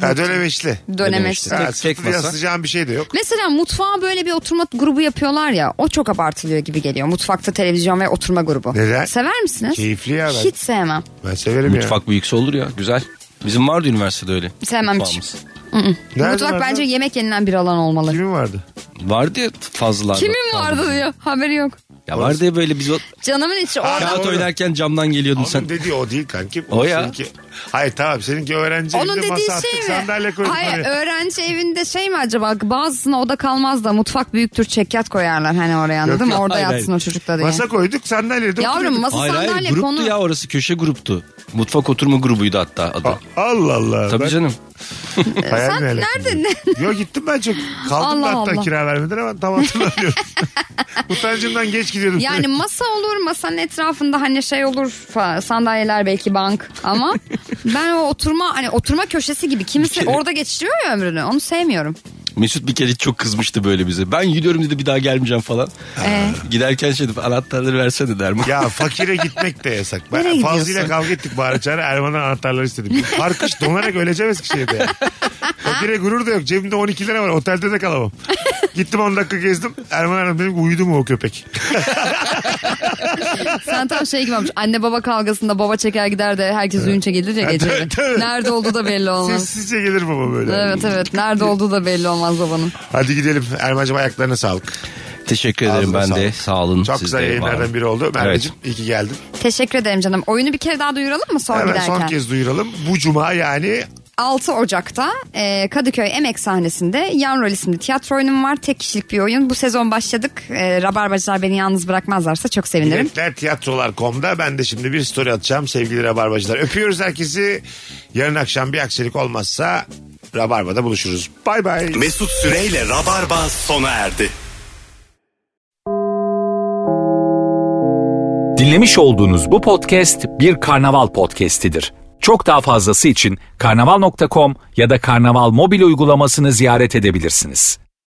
Speaker 3: Ha dönemeçli.
Speaker 4: Dönemeç.
Speaker 5: Dönemeçli.
Speaker 3: Ha,
Speaker 5: Tek- tek
Speaker 3: sıfır
Speaker 5: masa.
Speaker 3: yaslayacağın bir şey de yok.
Speaker 4: Mesela mutfağa böyle bir oturma grubu yapıyorlar ya o çok abartılıyor gibi geliyor. Mutfakta televizyon ve oturma grubu.
Speaker 3: Neden?
Speaker 4: Sever misiniz?
Speaker 3: Keyifli ya ben.
Speaker 4: Hiç sevmem.
Speaker 3: Ben severim
Speaker 5: Mutfak büyükse olur ya güzel. Bizim vardı üniversitede öyle.
Speaker 4: Sevmem hiç.
Speaker 5: Mutfağımız.
Speaker 3: ya. Nerede
Speaker 4: Mutfak
Speaker 3: vardı?
Speaker 4: bence yemek yenilen bir alan olmalı.
Speaker 3: Kimin vardı?
Speaker 5: Vardı ya fazla.
Speaker 4: Kimin vardı diyor. Haberi yok.
Speaker 5: Ya vardı ya böyle biz o
Speaker 4: Canımın içi
Speaker 3: Ha,
Speaker 4: orada.
Speaker 5: kağıt
Speaker 3: doğru.
Speaker 5: oynarken camdan geliyordun
Speaker 3: Onun
Speaker 5: sen.
Speaker 3: dediği o değil kankim.
Speaker 5: O ya.
Speaker 3: Seninki... Hayır tamam seninki öğrenci
Speaker 4: Onun
Speaker 3: evinde
Speaker 4: dediği
Speaker 3: masa attık
Speaker 4: şey mi?
Speaker 3: sandalye koyduk.
Speaker 4: Hayır
Speaker 3: oraya.
Speaker 4: öğrenci evinde şey mi acaba bazısına oda kalmaz da mutfak büyüktür çekyat koyarlar hani oraya anladın mı?
Speaker 5: yok.
Speaker 4: Orada
Speaker 5: Hayır, hayır.
Speaker 4: yatsın o çocuklar diye.
Speaker 3: Masa koyduk sandalye de
Speaker 4: Yavrum
Speaker 3: oturuyorduk.
Speaker 4: masa
Speaker 5: Hayır hayır
Speaker 4: sandalye
Speaker 5: gruptu
Speaker 4: konu.
Speaker 5: ya orası köşe gruptu. Mutfak oturma grubuydu hatta adı.
Speaker 3: Allah Allah.
Speaker 5: Tabii
Speaker 3: Ben-
Speaker 5: canım.
Speaker 3: Hayal
Speaker 4: Ee, Sen
Speaker 3: mi hele?
Speaker 4: nerede ne?
Speaker 3: Yo gittim ben çok. Kaldım
Speaker 4: Allah
Speaker 3: da hatta
Speaker 4: Allah.
Speaker 3: kira vermeden ama tam hatırlamıyorum. Utancımdan geç gidiyordum.
Speaker 4: Yani masa olur masanın etrafında hani şey olur fa- sandalyeler belki bank ama ben o oturma hani oturma köşesi gibi kimisi orada geçiriyor ya ömrünü onu sevmiyorum.
Speaker 5: Mesut bir kere çok kızmıştı böyle bize. Ben gidiyorum dedi bir daha gelmeyeceğim falan.
Speaker 4: Ee?
Speaker 5: Giderken şey dedi anahtarları versene der mi?
Speaker 3: Ya fakire gitmek de yasak. Ben
Speaker 4: Nereye
Speaker 3: fazlıyla
Speaker 4: gidiyorsun?
Speaker 3: kavga ettik Bahçe'ye. Erman'dan anahtarları istedim. Farkış donarak öleceğiz ki şeyde yani. Fakire gurur da yok. Cebimde 12 lira var. Otelde de kalamam. Gittim 10 dakika gezdim. Erman Hanım dedim ki, uyudu mu o köpek?
Speaker 4: Sen tam şey gibi olmuş anne baba kavgasında baba çeker gider de herkes uyunca gelir ya geceleri.
Speaker 3: tabii.
Speaker 4: Nerede olduğu da belli olmaz.
Speaker 3: Sessizce gelir baba böyle.
Speaker 4: Evet evet nerede olduğu da belli olmaz babanın.
Speaker 3: Hadi gidelim. Erman'cığım ayaklarına sağlık.
Speaker 5: Teşekkür ederim
Speaker 3: Ağzına
Speaker 5: ben de.
Speaker 3: sağlık.
Speaker 5: Sağ olun.
Speaker 3: Çok
Speaker 5: siz
Speaker 3: güzel
Speaker 5: de var
Speaker 3: yayınlardan
Speaker 5: olun.
Speaker 3: biri oldu. Merveciğim iyi ki geldin.
Speaker 4: Teşekkür ederim canım. Oyunu bir kere daha duyuralım mı son
Speaker 3: Hemen
Speaker 4: giderken?
Speaker 3: son kez duyuralım. Bu cuma yani
Speaker 4: 6 Ocak'ta e, Kadıköy Emek sahnesinde Yan Rol isimli tiyatro oyunum var. Tek kişilik bir oyun. Bu sezon başladık. E, Rabarbacılar beni yalnız bırakmazlarsa çok sevinirim.
Speaker 3: biletler tiyatrolar.com'da. Ben de şimdi bir story atacağım sevgili Rabarbacılar. Öpüyoruz herkesi. Yarın akşam bir aksilik olmazsa Rabarba'da buluşuruz. Bay bay.
Speaker 2: Mesut Süreyle Rabarba sona erdi.
Speaker 1: Dinlemiş olduğunuz bu podcast bir karnaval podcastidir. Çok daha fazlası için karnaval.com ya da karnaval mobil uygulamasını ziyaret edebilirsiniz.